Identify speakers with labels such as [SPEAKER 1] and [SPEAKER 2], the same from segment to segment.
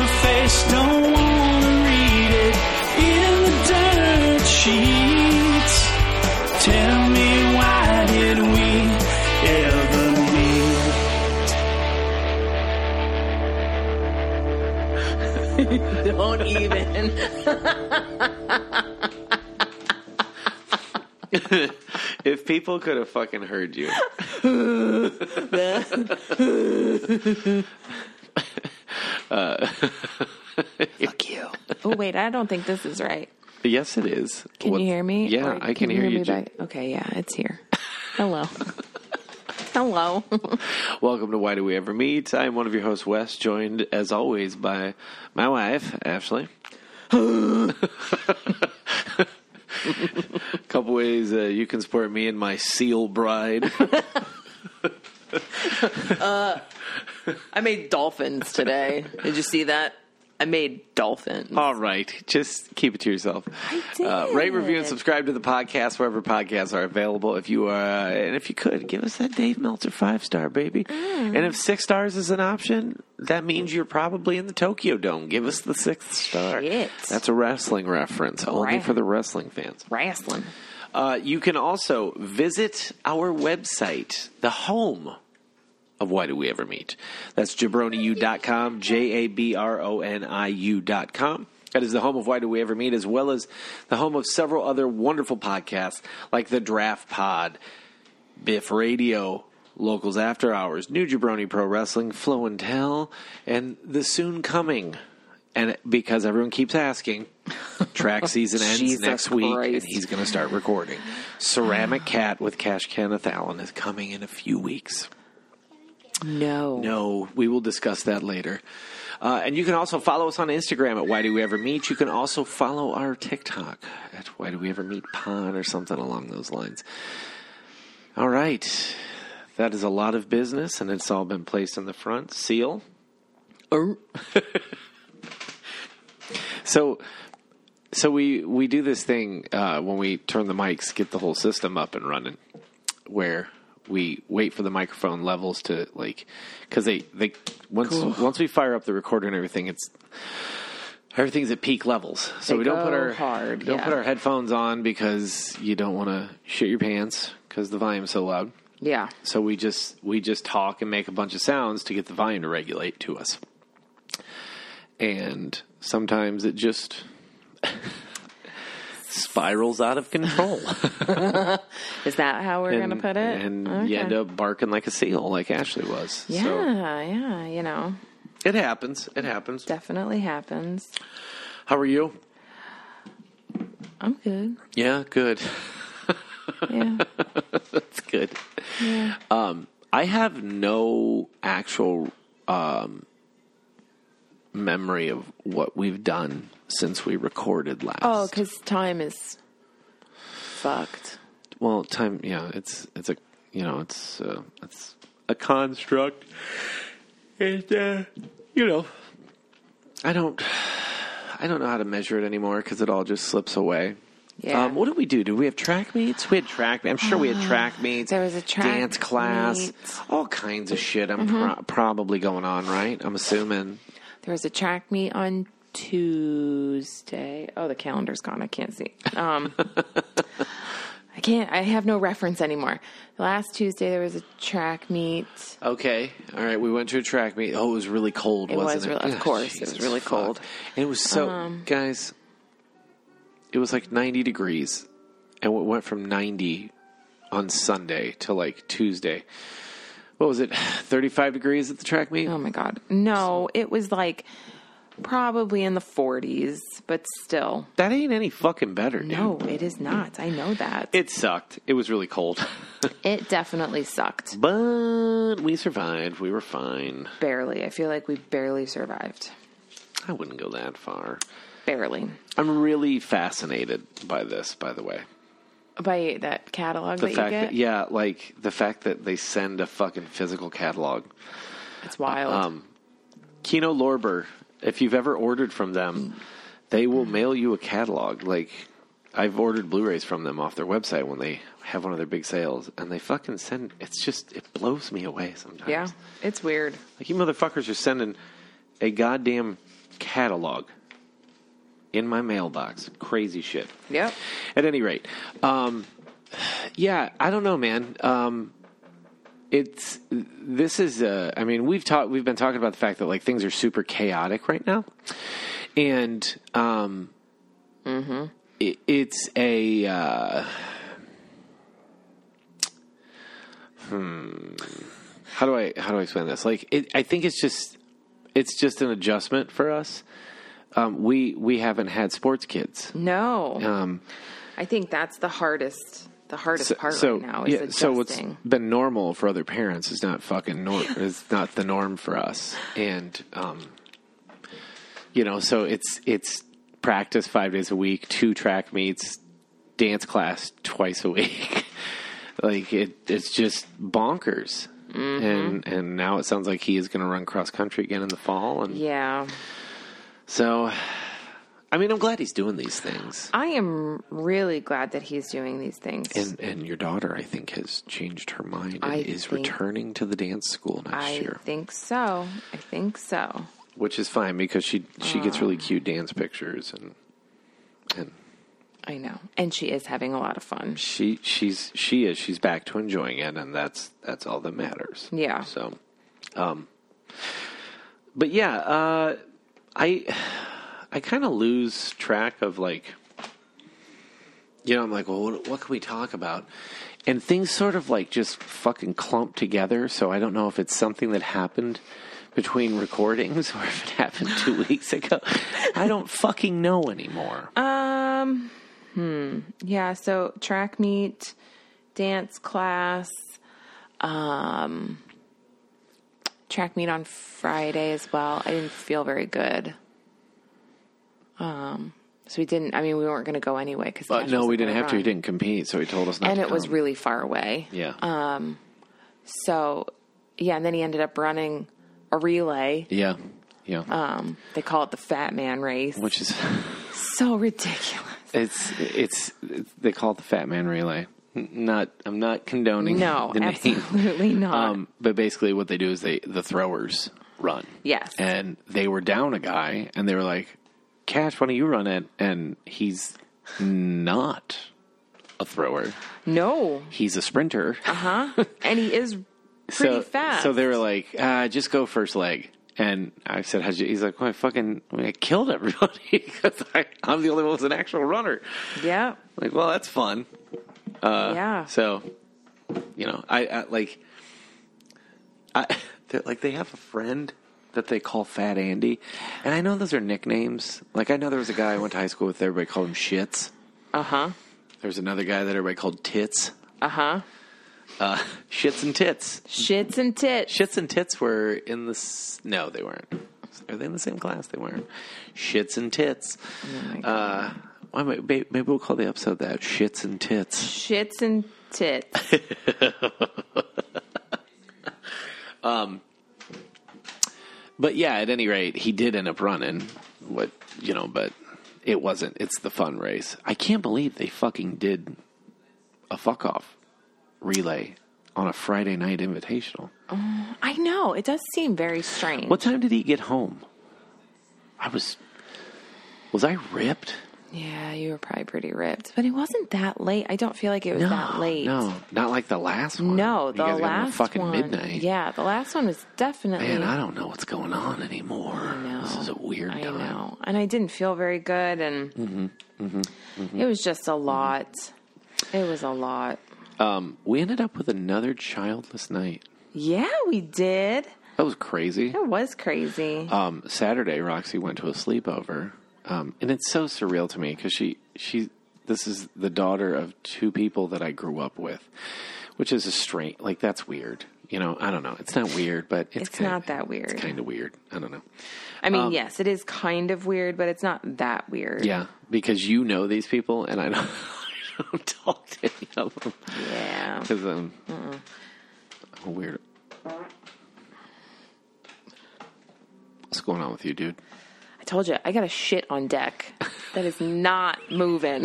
[SPEAKER 1] just don't wanna read it in the dirt sheets. Tell me why did we ever meet?
[SPEAKER 2] Don't even.
[SPEAKER 3] If people could have fucking heard you. Uh,
[SPEAKER 2] Fuck you. Oh wait, I don't think this is right.
[SPEAKER 3] Yes, it is.
[SPEAKER 2] Can
[SPEAKER 3] What-
[SPEAKER 2] you hear me?
[SPEAKER 3] Yeah,
[SPEAKER 2] Or
[SPEAKER 3] I can, hear you.
[SPEAKER 2] me
[SPEAKER 3] Ju-
[SPEAKER 2] back? Okay, yeah, it's here. Hello. Hello.
[SPEAKER 3] Welcome to Why Do We Ever Meet. I'm one of your hosts, Wes, joined as always by my wife, Ashley. A couple ways uh, you can support me and my seal bride.
[SPEAKER 2] I made dolphins today. Did you see that? I made dolphins.
[SPEAKER 3] All right, just keep it to yourself.
[SPEAKER 2] did.
[SPEAKER 3] Uh, rate, review, and subscribe to the podcast wherever podcasts are available. If you are, uh, and if you could, give us that Dave Meltzer five star, baby.
[SPEAKER 2] Mm.
[SPEAKER 3] And if six stars is an option, that means you're probably in the Tokyo Dome. Give us the sixth star.
[SPEAKER 2] Shit.
[SPEAKER 3] That's a wrestling reference, only
[SPEAKER 2] Right.
[SPEAKER 3] for the wrestling fans.
[SPEAKER 2] Wrestling.
[SPEAKER 3] Uh, you can also visit our website, the home of Why Do We Ever Meet. That's jabroniu.com, J A B R O N I U.com. That is the home of Why Do We Ever Meet, as well as the home of several other wonderful podcasts like The Draft Pod, Biff Radio, Locals After Hours, New Jabroni Pro Wrestling, Flow and Tell, and the soon coming. And because everyone keeps asking, track season ends
[SPEAKER 2] Jesus
[SPEAKER 3] next week, and
[SPEAKER 2] Christ.
[SPEAKER 3] he's going to start recording. Ceramic Cat with Cash Kenneth Allen is coming in a few weeks.
[SPEAKER 2] No.
[SPEAKER 3] No, we will discuss that later. Uh, and you can also follow us on Instagram at Why Do We Ever Meet. You can also follow our TikTok at Why Do We Ever Meet Pod or something along those lines. All right. That is a lot of business, and it's all been placed in the front seal.
[SPEAKER 2] Er,
[SPEAKER 3] So, so we we do this thing uh, when we turn the mics, get the whole system up and running, where we wait for the microphone levels to like, because they they once once we fire up the recorder and everything, it's everything's at peak levels. So
[SPEAKER 2] They
[SPEAKER 3] we don't put
[SPEAKER 2] go
[SPEAKER 3] our
[SPEAKER 2] hard,
[SPEAKER 3] don't
[SPEAKER 2] yeah.
[SPEAKER 3] put our headphones on because you don't want to shit your pants because the volume's so loud.
[SPEAKER 2] Yeah.
[SPEAKER 3] So we just we just talk and make a bunch of sounds to get the volume to regulate to us. And sometimes it just spirals out of control.
[SPEAKER 2] Is that how we're going to
[SPEAKER 3] And-
[SPEAKER 2] put it?
[SPEAKER 3] And
[SPEAKER 2] Okay.
[SPEAKER 3] you end up barking like a seal like Ashley was.
[SPEAKER 2] Yeah,
[SPEAKER 3] So
[SPEAKER 2] yeah, you know,
[SPEAKER 3] it happens. It happens.
[SPEAKER 2] definitely happens.
[SPEAKER 3] How are you?
[SPEAKER 2] I'm good.
[SPEAKER 3] Yeah, good.
[SPEAKER 2] Yeah.
[SPEAKER 3] That's good. Um, I have no actual um, memory of what we've done since we recorded last.
[SPEAKER 2] oh, because time is fucked.
[SPEAKER 3] well, time. Yeah, it's it's a you know it's uh, it's a construct. It uh, you know, I don't I don't know how to measure it anymore because it all just slips away.
[SPEAKER 2] Yeah. Ah,
[SPEAKER 3] Um, what did we do? Did we have track meets? We had track. I'm sure we had track meets.
[SPEAKER 2] There was a track
[SPEAKER 3] dance class,
[SPEAKER 2] meet. Mm-hmm.
[SPEAKER 3] all kinds of shit. I'm pro- probably going on right. I'm assuming.
[SPEAKER 2] There was a track meet on Tuesday. Oh, the calendar's gone. I can't see. Um, I can't. I have no reference anymore. Last Tuesday there was a track meet.
[SPEAKER 3] Okay. All right. We went to a track meet. Oh, it was really cold,
[SPEAKER 2] It
[SPEAKER 3] wasn't
[SPEAKER 2] was
[SPEAKER 3] it?
[SPEAKER 2] really- of
[SPEAKER 3] Ah,
[SPEAKER 2] course, it was really
[SPEAKER 3] fuck.
[SPEAKER 2] cold. Um,
[SPEAKER 3] And it was so, guys, it was like 90 degrees. And it went from 90 on Sunday to like Tuesday. What was it? 35 degrees at the track meet?
[SPEAKER 2] Oh my god. No, it was like probably in the 40s, but still.
[SPEAKER 3] That ain't any fucking better, dude.
[SPEAKER 2] No, it is not. I know that.
[SPEAKER 3] It sucked. It was really cold.
[SPEAKER 2] It definitely sucked.
[SPEAKER 3] but we survived. We were fine.
[SPEAKER 2] Barely. I feel like we barely survived.
[SPEAKER 3] I wouldn't go that far.
[SPEAKER 2] Barely.
[SPEAKER 3] I'm really fascinated by this, by the way.
[SPEAKER 2] By that catalog
[SPEAKER 3] the
[SPEAKER 2] that you
[SPEAKER 3] fact
[SPEAKER 2] get,
[SPEAKER 3] that yeah like the fact that they send a fucking physical catalog
[SPEAKER 2] it's wild.
[SPEAKER 3] Um, kino lorber if you've ever ordered from them they will mail you a catalog like i've ordered blu-rays from them off their website when they have one of their big sales and they fucking send it's just it blows me away sometimes
[SPEAKER 2] yeah, it's weird.
[SPEAKER 3] like you motherfuckers are sending a goddamn catalog in my mailbox. Crazy shit.
[SPEAKER 2] Yep.
[SPEAKER 3] At any rate, um, yeah, I don't know, man. Um, it's this is. Uh, I mean, we've talked. We've been talking about the fact that like things are super chaotic right now, and um, it, it's a. Uh, hmm. hmm, How do I how do I explain this? Like, it, I think it's just it's just an adjustment for us. Um, we we haven't had sports kids.
[SPEAKER 2] No.
[SPEAKER 3] Um,
[SPEAKER 2] I think that's the hardest the hardest part right now is
[SPEAKER 3] yeah, so what's
[SPEAKER 2] adjusting.
[SPEAKER 3] been normal for other parents is not fucking norm. it's not the norm for us, and um, you know, so it's it's practice five days a week, two track meets, dance class twice a week. like it, it's just bonkers.
[SPEAKER 2] Mm-hmm.
[SPEAKER 3] And and now it sounds like he is going to run cross country again in the fall, and
[SPEAKER 2] yeah.
[SPEAKER 3] so. I mean, I'm glad he's doing these things.
[SPEAKER 2] I am really glad that he's doing these things.
[SPEAKER 3] And and your daughter, I think, has changed her mind and
[SPEAKER 2] I
[SPEAKER 3] is
[SPEAKER 2] think-
[SPEAKER 3] returning to the dance school next
[SPEAKER 2] I
[SPEAKER 3] year,
[SPEAKER 2] think so. I think so.
[SPEAKER 3] which is fine because she she gets
[SPEAKER 2] Um,
[SPEAKER 3] really cute dance pictures and and
[SPEAKER 2] I know. And she is having a lot of fun.
[SPEAKER 3] she she's she is she's back to enjoying it and that's that's all that matters.
[SPEAKER 2] Yeah.
[SPEAKER 3] So, um, but yeah, uh, I I kind of lose track of like, you know, I'm like, well, what, what can we talk about? And things sort of like just fucking clump together. So I don't know if it's something that happened between recordings or if it happened two weeks ago. I don't fucking know anymore.
[SPEAKER 2] Um, hmm. Yeah, so track meet, dance class, um, track meet on Friday as well. I didn't feel very good. Um, so we didn't, I mean, we weren't going to go anyway because
[SPEAKER 3] but Uh, no, we didn't have to. He didn't compete, so he told us not.
[SPEAKER 2] And
[SPEAKER 3] to
[SPEAKER 2] it was
[SPEAKER 3] come.
[SPEAKER 2] really far away.
[SPEAKER 3] yeah.
[SPEAKER 2] Uh, So, yeah, and then he ended up running a relay.
[SPEAKER 3] Yeah. Yeah.
[SPEAKER 2] Um, they call it the Fat Man Race.
[SPEAKER 3] Which is
[SPEAKER 2] so ridiculous.
[SPEAKER 3] it's, it's it's they call it the Fat Man Relay. N- Not I'm not condoning
[SPEAKER 2] No,
[SPEAKER 3] the name.
[SPEAKER 2] absolutely not.
[SPEAKER 3] Um, but basically, what they do is they the throwers run.
[SPEAKER 2] Yes.
[SPEAKER 3] And they were down a guy, and they were like, "Cash, why don't you run it?" And he's not a thrower.
[SPEAKER 2] no,
[SPEAKER 3] He's a sprinter.
[SPEAKER 2] and he is pretty
[SPEAKER 3] so,
[SPEAKER 2] fast.
[SPEAKER 3] So they were like, uh, just go first leg. And I said, How'd you? He's like, well, I fucking I killed everybody because I- I'm the only one who's an actual runner.
[SPEAKER 2] yeah,
[SPEAKER 3] Like, well, that's fun.
[SPEAKER 2] yeah.
[SPEAKER 3] uh, So, you know, I, I like, I they're- like they have a friend that they call Fat Andy, and I know those are nicknames. Like, I know there was a guy I went to high school with. Everybody called him Shits.
[SPEAKER 2] Uh huh.
[SPEAKER 3] There's another guy that everybody called Tits. Uh,
[SPEAKER 2] Uh huh.
[SPEAKER 3] Shits and Tits.
[SPEAKER 2] Shits and tits.
[SPEAKER 3] Shits and Tits were in the s- no, they weren't. Are they in the same class? They weren't. Shits and Tits.
[SPEAKER 2] my God.
[SPEAKER 3] uh, why am I- may- maybe we'll call the episode that Shits and Tits.
[SPEAKER 2] Shits and tits.
[SPEAKER 3] But yeah, at any rate, he did end up running. What you know, but it wasn't. It's the fun race. I can't believe they fucking did a fuck off relay on a Friday night invitational.
[SPEAKER 2] I know it does seem very strange.
[SPEAKER 3] What time did he get home? I was was I ripped?
[SPEAKER 2] Yeah, you were probably pretty ripped, but it wasn't that late. I don't feel like it was that late.
[SPEAKER 3] No, not like the last one.
[SPEAKER 2] No,
[SPEAKER 3] You
[SPEAKER 2] the
[SPEAKER 3] guys got home at
[SPEAKER 2] last
[SPEAKER 3] fucking
[SPEAKER 2] one.
[SPEAKER 3] midnight.
[SPEAKER 2] Yeah, the last one was definitely.
[SPEAKER 3] Man, I don't know what's going on anymore.
[SPEAKER 2] know.
[SPEAKER 3] This is a weird
[SPEAKER 2] I
[SPEAKER 3] time.
[SPEAKER 2] know. And I didn't feel very good. And
[SPEAKER 3] Mm-hmm.
[SPEAKER 2] it was just a lot.
[SPEAKER 3] Mm-hmm.
[SPEAKER 2] It was a lot.
[SPEAKER 3] Um, we ended up with another childless night.
[SPEAKER 2] Yeah, we did.
[SPEAKER 3] That was crazy.
[SPEAKER 2] It was crazy.
[SPEAKER 3] um, Saturday, Roxy went to a sleepover, um, and it's so surreal to me because she she this is the daughter of two people that I grew up with, which is a strange like that's weird. You know, I don't know. It's not weird, but it's,
[SPEAKER 2] It's
[SPEAKER 3] kind
[SPEAKER 2] not that weird.
[SPEAKER 3] It's kind of weird. I don't know.
[SPEAKER 2] I mean, yes, it is kind of weird, but it's not that weird.
[SPEAKER 3] um, Yeah, because you know these people, and I don't, I don't talk to any of them
[SPEAKER 2] Yeah.
[SPEAKER 3] because um, I'm a weird. What's going on with you, dude?
[SPEAKER 2] I told you, I got a shit on deck that is not moving.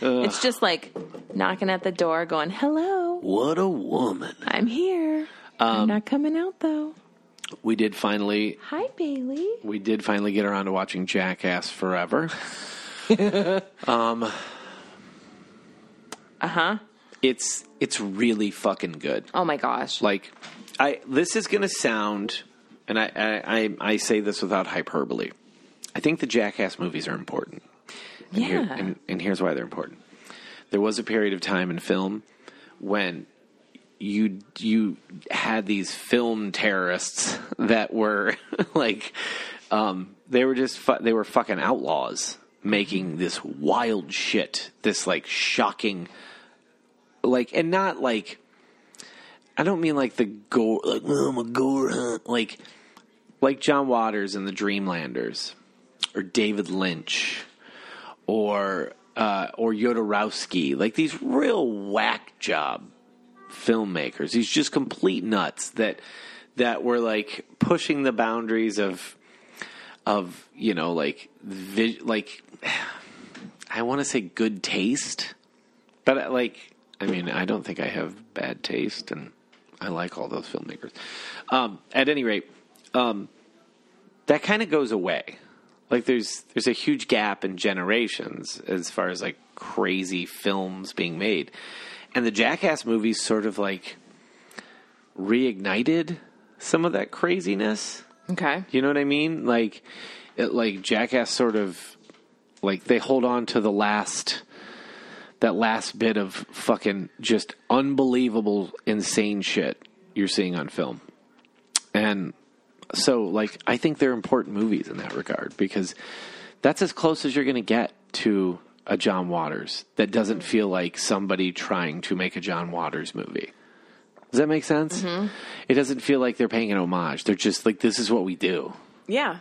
[SPEAKER 2] it's just like knocking at the door going, hello,
[SPEAKER 3] What a woman. Um,
[SPEAKER 2] I'm here. I'm not coming out though.
[SPEAKER 3] We did finally
[SPEAKER 2] Hi, Bailey.
[SPEAKER 3] we did finally get around to watching Jackass Forever. um, uh huh. Uh-huh. It's it's really fucking good.
[SPEAKER 2] Oh my gosh.
[SPEAKER 3] Like, I this is gonna sound, and I I, I, I say this without hyperbole. I think the Jackass movies are important. And here-
[SPEAKER 2] Yeah.
[SPEAKER 3] and, and here's why they're important. There was a period of time in film when you you had these film terrorists that were like um they were just fu- they were fucking outlaws making this wild shit this like shocking like and not like I don't mean like the gore like "Oh, I'm a gore hunt like like John Waters and the Dreamlanders or David Lynch or uh, or Yodorowski, like these real whack job filmmakers, these just complete nuts that that were like pushing the boundaries of of you know like vi- like I want to say good taste, but uh, like I mean I don't think I have bad taste, and I like all those filmmakers. Um, at any rate, um, that kind of goes away like there's there's a huge gap in generations as far as like crazy films being made and the jackass movies sort of like reignited some of that craziness
[SPEAKER 2] Okay.
[SPEAKER 3] you know what i mean like it, like jackass sort of like they hold on to the last that last bit of fucking just unbelievable insane shit you're seeing on film and so like i think they're important movies in that regard because that's as close as you're going to get to a john waters that doesn't feel like somebody trying to make a john waters movie does that make sense it doesn't feel like they're paying an homage they're just like this is what we do
[SPEAKER 2] Yeah.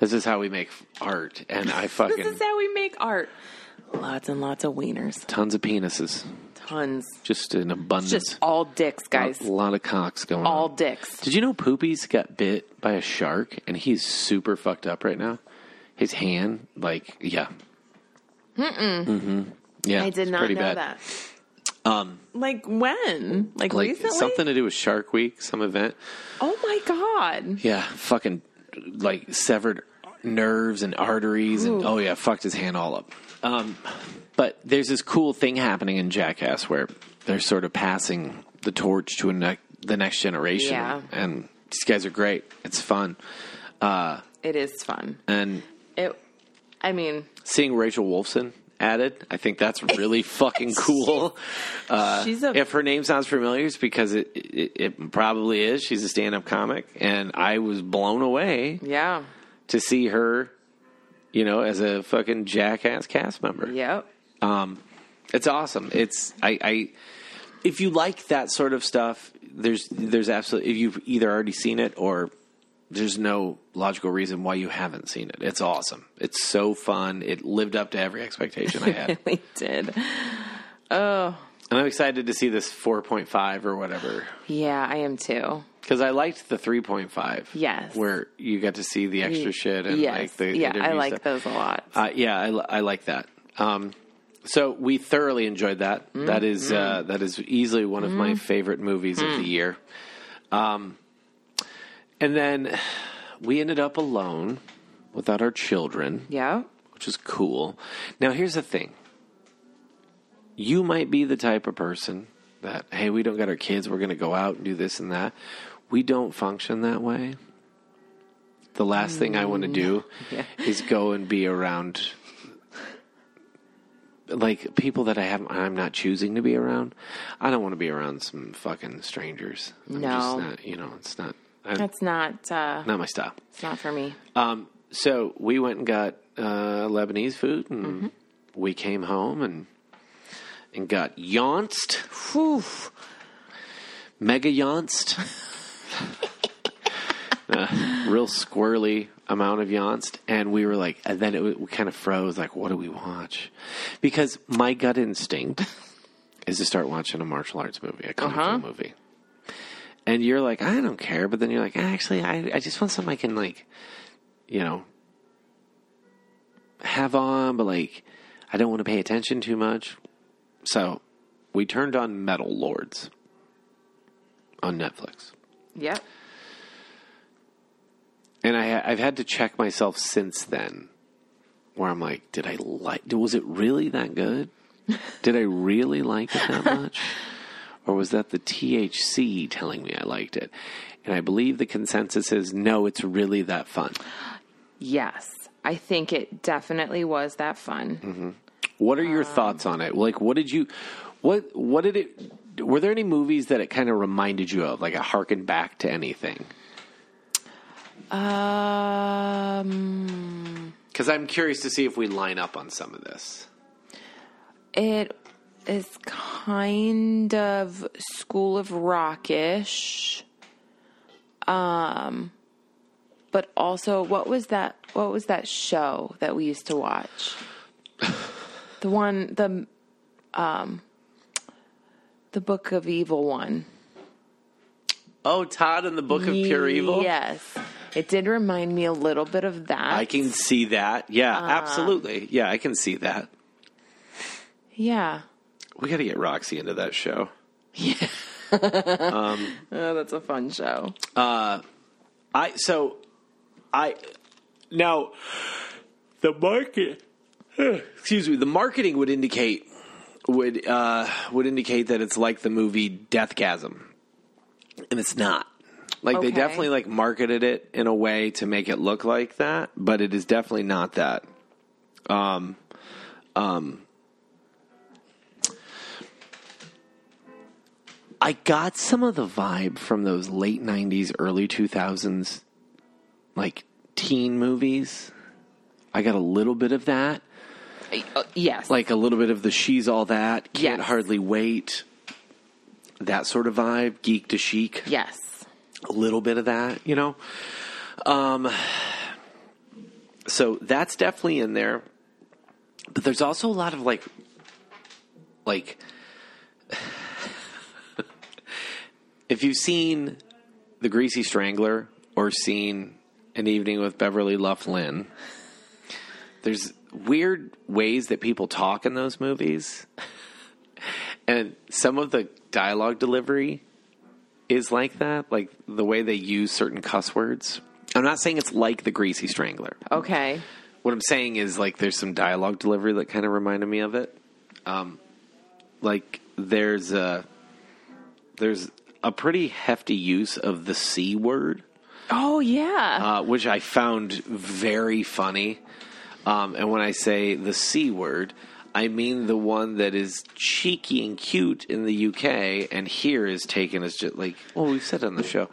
[SPEAKER 3] this is how we make art and i
[SPEAKER 2] This
[SPEAKER 3] fucking
[SPEAKER 2] is how we make art. Lots and lots of wieners.
[SPEAKER 3] tons of penises
[SPEAKER 2] Tons.
[SPEAKER 3] just an abundance
[SPEAKER 2] Just all dicks, guys.
[SPEAKER 3] a lot of cocks going
[SPEAKER 2] All
[SPEAKER 3] on
[SPEAKER 2] dicks.
[SPEAKER 3] Did you know Poopies got bit by a shark and he's super fucked up right now? His hand, like, yeah. Mm-mm. hmm Yeah.
[SPEAKER 2] I did
[SPEAKER 3] it's
[SPEAKER 2] not
[SPEAKER 3] pretty
[SPEAKER 2] know
[SPEAKER 3] bad.
[SPEAKER 2] that. Um, like when? Like,
[SPEAKER 3] Like
[SPEAKER 2] recently?
[SPEAKER 3] something to do with Shark Week, some event.
[SPEAKER 2] Oh my god!
[SPEAKER 3] Yeah, fucking like severed nerves and arteries, and oh yeah, fucked his hand all up. Um, but there's this cool thing happening in Jackass where they're sort of passing the torch to a ne- the next generation,
[SPEAKER 2] Yeah.
[SPEAKER 3] and these guys are great. It's fun, Uh,
[SPEAKER 2] It is fun.
[SPEAKER 3] and
[SPEAKER 2] It. I mean,
[SPEAKER 3] seeing Rachel Wolfson added, I think that's really fucking cool.
[SPEAKER 2] she's a
[SPEAKER 3] Uh, If her name sounds familiar, it's because it it, it probably is. She's a stand up comic, and I was blown away
[SPEAKER 2] yeah.
[SPEAKER 3] to see her, you know, as a fucking jackass cast member. Um,
[SPEAKER 2] Yep.
[SPEAKER 3] It's awesome. It's I, I if you like that sort of stuff, there's there's absolutely if you've either already seen it or there's no logical reason why you haven't seen it. It's awesome. It's so fun. It lived up to every expectation I had.
[SPEAKER 2] We did.
[SPEAKER 3] And I'm excited to see this 4.5 or whatever
[SPEAKER 2] Yeah, I am too.
[SPEAKER 3] because I liked the 3.5.
[SPEAKER 2] Yes.
[SPEAKER 3] where you got to see the extra shit and
[SPEAKER 2] yes.
[SPEAKER 3] like the
[SPEAKER 2] yeah, I
[SPEAKER 3] interview
[SPEAKER 2] like
[SPEAKER 3] stuff.
[SPEAKER 2] those a lot.
[SPEAKER 3] Uh, yeah, I, li- I like that. Um, so we thoroughly enjoyed that. That is uh, that is easily one of my favorite movies of the year. Um, and then we ended up alone without our children,
[SPEAKER 2] yeah.
[SPEAKER 3] which is cool. Now here's the thing: you might be the type of person that hey, we don't got our kids, we're going to go out and do this and that. We don't function that way. The last thing I want to do
[SPEAKER 2] Mm, Yeah.
[SPEAKER 3] is go and be around like people that I have I'm not choosing to be around. I don't want to be around some fucking strangers. I'm
[SPEAKER 2] No.
[SPEAKER 3] just not, you know, it's not I,
[SPEAKER 2] That's not. uh
[SPEAKER 3] not my style.
[SPEAKER 2] It's not for me.
[SPEAKER 3] Um, so we went and got uh, Lebanese food, and we came home and and got yaunced,
[SPEAKER 2] Whew.
[SPEAKER 3] mega yaunced, Uh, real squirrely amount of yaunced, and we were like, and then it w- we kind of froze, like, what do we watch? Because my gut instinct is to start watching a martial arts movie, a kung
[SPEAKER 2] Uh-huh.
[SPEAKER 3] fu movie. And you're like, I don't care, but then you're like, actually, I, I just want something I can like, you know, have on, but like, I don't want to pay attention too much. So we turned on Metal Lords on Netflix.
[SPEAKER 2] Yep.
[SPEAKER 3] and I, ha- I've had to check myself since then, where I'm like, did I like? Was it really that good? did I really like it that much? Or was that the THC telling me I liked it? And I believe the consensus is no, it's really that fun.
[SPEAKER 2] Yes, I think it definitely was that fun.
[SPEAKER 3] What are your thoughts on it? Like, what did you, what, what did it, were there any movies that it kind of reminded you of? Like, a harken back to anything?
[SPEAKER 2] Um,
[SPEAKER 3] Because I'm curious to see if we line up on some of this.
[SPEAKER 2] it is kind of School of Rockish. Um, but also, what was that? What was that show that we used to watch? The one, the um, the Book of Evil one.
[SPEAKER 3] Oh, Todd and the Book of Pure Evil?
[SPEAKER 2] Yes, it did remind me a little bit of that.
[SPEAKER 3] I can see that. Yeah, absolutely. Yeah, I can see that.
[SPEAKER 2] Yeah.
[SPEAKER 3] We got to get Roxy into that show.
[SPEAKER 2] Oh, that's a fun show.
[SPEAKER 3] I so I now the market excuse me the marketing would indicate would uh, would indicate that it's like the movie Deathgasm, and it's not. Like they
[SPEAKER 2] Okay.
[SPEAKER 3] definitely like marketed it in a way to make it look like that, but it is definitely not that. Um, um, I got some of the vibe from those late '90s, early 2000s, like teen movies. I got a little bit of that
[SPEAKER 2] Uh, yes.
[SPEAKER 3] like a little bit of the she's all that can't
[SPEAKER 2] Yes.
[SPEAKER 3] hardly wait that sort of vibe geek to chic
[SPEAKER 2] yes.
[SPEAKER 3] a little bit of that you know um so that's definitely in there but there's also a lot of like like if you've seen the greasy strangler or seen an evening with beverly loughlin there's weird ways that people talk in those movies and some of the dialogue delivery is like that like the way they use certain cuss words i'm not saying it's like the greasy strangler
[SPEAKER 2] Okay.
[SPEAKER 3] what I'm saying is like there's some dialogue delivery that kind of reminded me of it. Um, like there's a there's a pretty hefty use of the c word,
[SPEAKER 2] Oh yeah.
[SPEAKER 3] uh, which I found very funny. Um, and when I say the c word, I mean the one that is cheeky and cute in the UK, and here is taken as just like well we said on the show.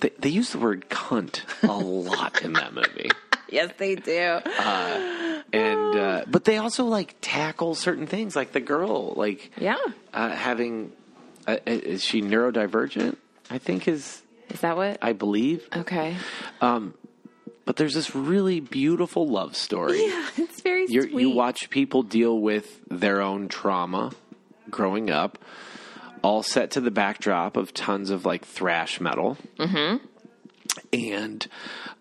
[SPEAKER 3] They, they use the word cunt a lot in that movie
[SPEAKER 2] yes, they do.
[SPEAKER 3] and uh, but they also like tackle certain things, like the girl, like
[SPEAKER 2] yeah.
[SPEAKER 3] uh, having uh, is she neurodivergent? I think is
[SPEAKER 2] Is that what?
[SPEAKER 3] I believe.
[SPEAKER 2] okay.
[SPEAKER 3] But there's this really beautiful love story.
[SPEAKER 2] Yeah, it's very
[SPEAKER 3] You're,
[SPEAKER 2] sweet.
[SPEAKER 3] you watch people deal with their own trauma growing up, all set to the backdrop of tons of like thrash metal. Mm-hmm. And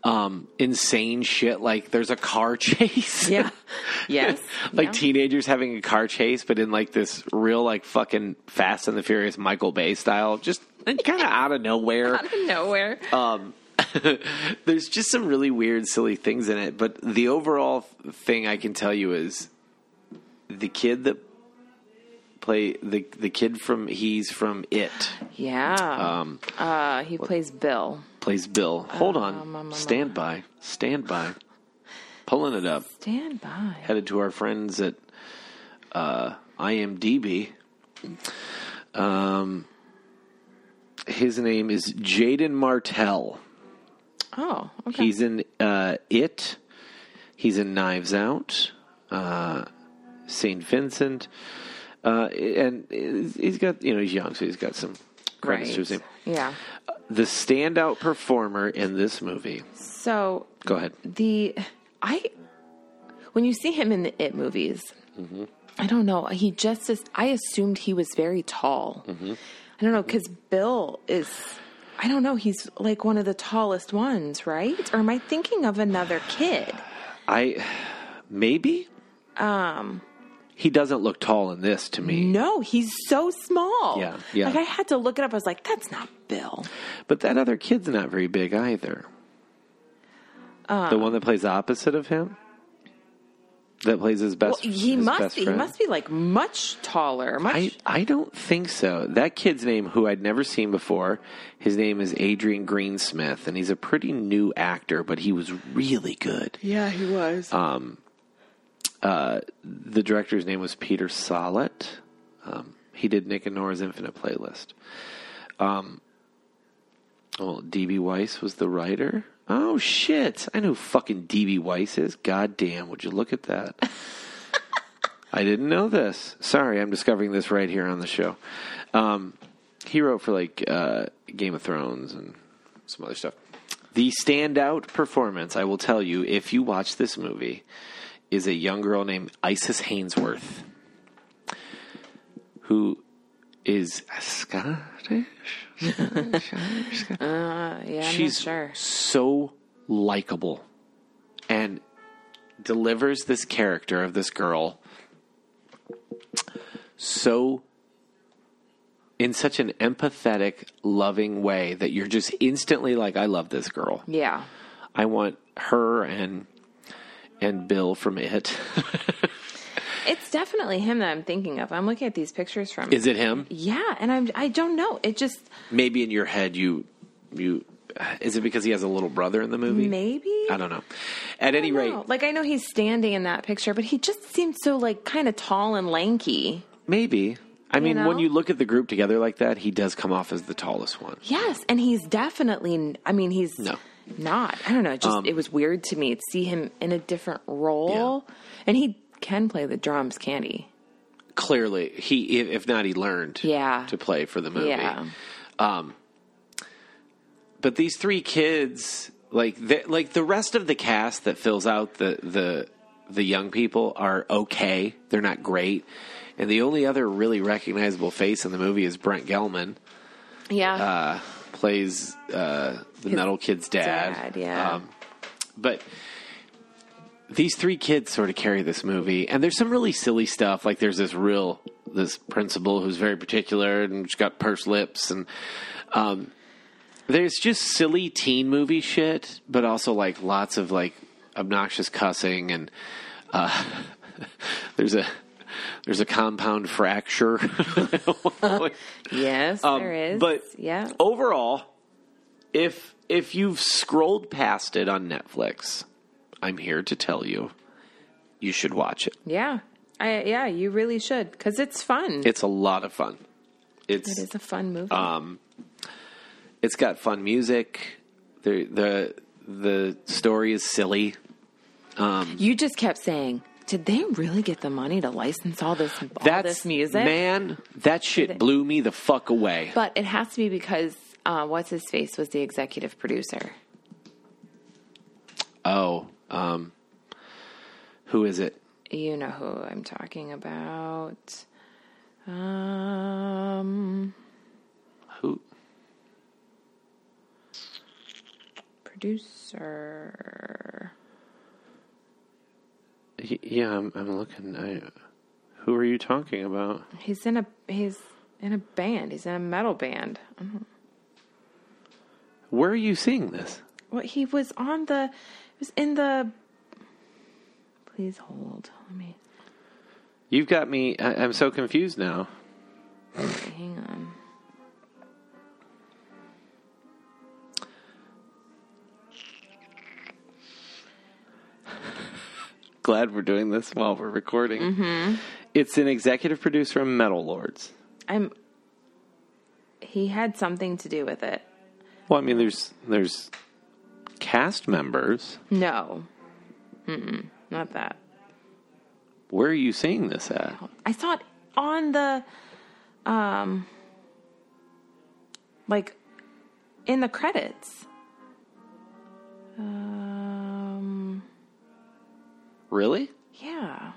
[SPEAKER 3] um, insane shit like there's a car chase.
[SPEAKER 2] Yeah. yes.
[SPEAKER 3] like
[SPEAKER 2] Yeah.
[SPEAKER 3] teenagers having a car chase, but in like this real like fucking Fast and the Furious Michael Bay style, just kind of out of nowhere.
[SPEAKER 2] out of nowhere.
[SPEAKER 3] There's just some really weird, silly things in it, but the overall f- thing I can tell you is the kid that play the the kid from he's from it
[SPEAKER 2] yeah.
[SPEAKER 3] um
[SPEAKER 2] uh, he plays Bill.
[SPEAKER 3] plays bill hold on
[SPEAKER 2] um, um, um.
[SPEAKER 3] stand by stand by pulling it up
[SPEAKER 2] Stand by.
[SPEAKER 3] headed to our friends at uh, IMDb. Um, his name is Jaden Martell.
[SPEAKER 2] Oh. Okay.
[SPEAKER 3] He's in uh, It. He's in Knives Out. Uh, Saint Vincent. Uh, and he's got you know he's young, so he's got some credits to his
[SPEAKER 2] Right.
[SPEAKER 3] name.
[SPEAKER 2] Yeah.
[SPEAKER 3] The standout performer in this movie.
[SPEAKER 2] So
[SPEAKER 3] Go ahead.
[SPEAKER 2] the I when you see him in the It movies, I don't know. He just is. I assumed he was very tall. I don't know because Bill is. I don't know. He's like one of the tallest ones, right? Or am I thinking of another kid?
[SPEAKER 3] I maybe. Um. He doesn't look tall in this to me.
[SPEAKER 2] No, he's so small.
[SPEAKER 3] Yeah, yeah.
[SPEAKER 2] Like I had to look it up. I was like, that's not Bill.
[SPEAKER 3] But that other kid's not very big either.
[SPEAKER 2] Um.
[SPEAKER 3] the one that plays the opposite of him, that plays his best.
[SPEAKER 2] Well, he
[SPEAKER 3] his
[SPEAKER 2] must
[SPEAKER 3] best
[SPEAKER 2] be.
[SPEAKER 3] friend?
[SPEAKER 2] He must be like much taller. Much.
[SPEAKER 3] I, I don't think so. That kid's name, who I'd never seen before, his name is Adrian Greensmith, and he's a pretty new actor, but he was really good.
[SPEAKER 2] yeah, he was.
[SPEAKER 3] Uh, The director's name was Peter Sollett. Um, he did Nick and Nora's Infinite Playlist. Um, well, D.B. Weiss was the writer. Oh, shit. I know who fucking D.B. Weiss is. God damn, would you look at that? I didn't know this. Sorry, I'm discovering this right here on the show. Um, he wrote for like uh, Game of Thrones and some other stuff. The standout performance, I will tell you, if you watch this movie, is a young girl named Isis Hainsworth, who is Scottish.
[SPEAKER 2] yeah, I'm
[SPEAKER 3] She's
[SPEAKER 2] not sure.
[SPEAKER 3] so likable and delivers this character of this girl so in such an empathetic, loving way that you're just instantly like, I love this girl.
[SPEAKER 2] Yeah.
[SPEAKER 3] I want her and and Bill from it.
[SPEAKER 2] It's definitely him that I'm thinking of. I'm looking at these pictures from.
[SPEAKER 3] Is it him?
[SPEAKER 2] yeah, and I'm I don't know. It just
[SPEAKER 3] Maybe in your head you you is it because he has a little brother in the movie?
[SPEAKER 2] maybe
[SPEAKER 3] I don't know. At any
[SPEAKER 2] I don't
[SPEAKER 3] rate,
[SPEAKER 2] know. Like I know he's standing in that picture, but he just seemed so like kind of tall and lanky.
[SPEAKER 3] Maybe. I mean, when
[SPEAKER 2] know?
[SPEAKER 3] you look at the group together like that, he does come off as the tallest one.
[SPEAKER 2] Yes, and he's definitely. I mean, he's
[SPEAKER 3] No. Um,
[SPEAKER 2] not. I don't know. It just it was weird to me to see him in a different role, and he can play the drums, can he?
[SPEAKER 3] Clearly, he if if not, he learned
[SPEAKER 2] Yeah.
[SPEAKER 3] to play for the movie. Um,
[SPEAKER 2] Yeah.
[SPEAKER 3] But these three kids, like the, like the rest of the cast that fills out the the the young people are okay. They're not great. And the only other really recognizable face in the movie is Brent Gelman,
[SPEAKER 2] Yeah.
[SPEAKER 3] Uh, plays uh, the metal kid's dad.
[SPEAKER 2] dad, yeah.
[SPEAKER 3] but these three kids sort of carry this movie and there's some really silly stuff like there's this real this principal who's very particular and she's got pursed lips and um, there's just silly teen movie shit but also like lots of like obnoxious cussing and uh, there's a there's a compound fracture
[SPEAKER 2] yes, there is.
[SPEAKER 3] um, but
[SPEAKER 2] yeah.
[SPEAKER 3] overall, if if you've scrolled past it on Netflix, I'm here to tell you, you should watch it.
[SPEAKER 2] Yeah. I, yeah, you really should because it's fun.
[SPEAKER 3] It's a lot of fun. It's
[SPEAKER 2] it is a fun movie.
[SPEAKER 3] it's got fun music. The the the story is silly.
[SPEAKER 2] you just kept saying, "Did they really get the money to license all this all this music?"
[SPEAKER 3] man. That shit blew me the fuck away.
[SPEAKER 2] But it has to be because uh, what's his face was the executive producer.
[SPEAKER 3] Oh, um, who is it?
[SPEAKER 2] You know who I'm talking about. Um,
[SPEAKER 3] Who?
[SPEAKER 2] producer.
[SPEAKER 3] y- Yeah, I'm, I'm looking. I, who are you talking about?
[SPEAKER 2] He's in a he's in a band. He's in a metal band. Um,
[SPEAKER 3] Where are you seeing this?
[SPEAKER 2] Well, he was on the. He was in the. Please hold. Let me.
[SPEAKER 3] You've got me. I, I'm so confused now.
[SPEAKER 2] Hang on.
[SPEAKER 3] Glad we're doing this while we're recording. It's an executive producer of Metal Lords.
[SPEAKER 2] I'm. He had something to do with it.
[SPEAKER 3] Well, I mean, there's there's cast members.
[SPEAKER 2] No. Mm-mm, not that.
[SPEAKER 3] Where are you seeing this at?
[SPEAKER 2] I saw it on the, um, like, in the credits. Um.
[SPEAKER 3] Really?
[SPEAKER 2] Yeah.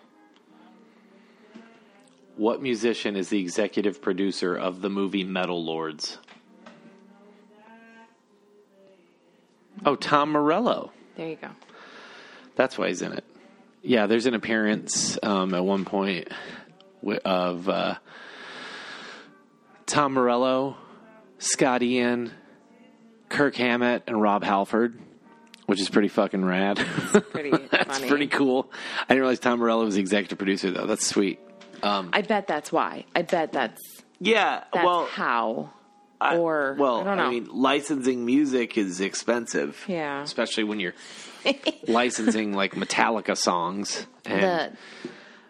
[SPEAKER 3] What musician is the executive producer of the movie Metal Lords? Oh, Tom Morello.
[SPEAKER 2] There you go.
[SPEAKER 3] That's why he's in it. Yeah, there's an appearance um, at one point wi- of uh, Tom Morello, Scott Ian, Kirk Hammett, and Rob Halford which is pretty fucking rad.
[SPEAKER 2] Pretty
[SPEAKER 3] that's
[SPEAKER 2] funny.
[SPEAKER 3] pretty cool. I didn't realize Tom Morello was the executive producer though. That's sweet.
[SPEAKER 2] I bet that's why. I bet that's
[SPEAKER 3] Yeah,
[SPEAKER 2] that's
[SPEAKER 3] well,
[SPEAKER 2] how.
[SPEAKER 3] I-
[SPEAKER 2] or
[SPEAKER 3] well,
[SPEAKER 2] I don't know.
[SPEAKER 3] mean, licensing music is expensive.
[SPEAKER 2] Yeah.
[SPEAKER 3] especially when you're licensing like Metallica songs and
[SPEAKER 2] the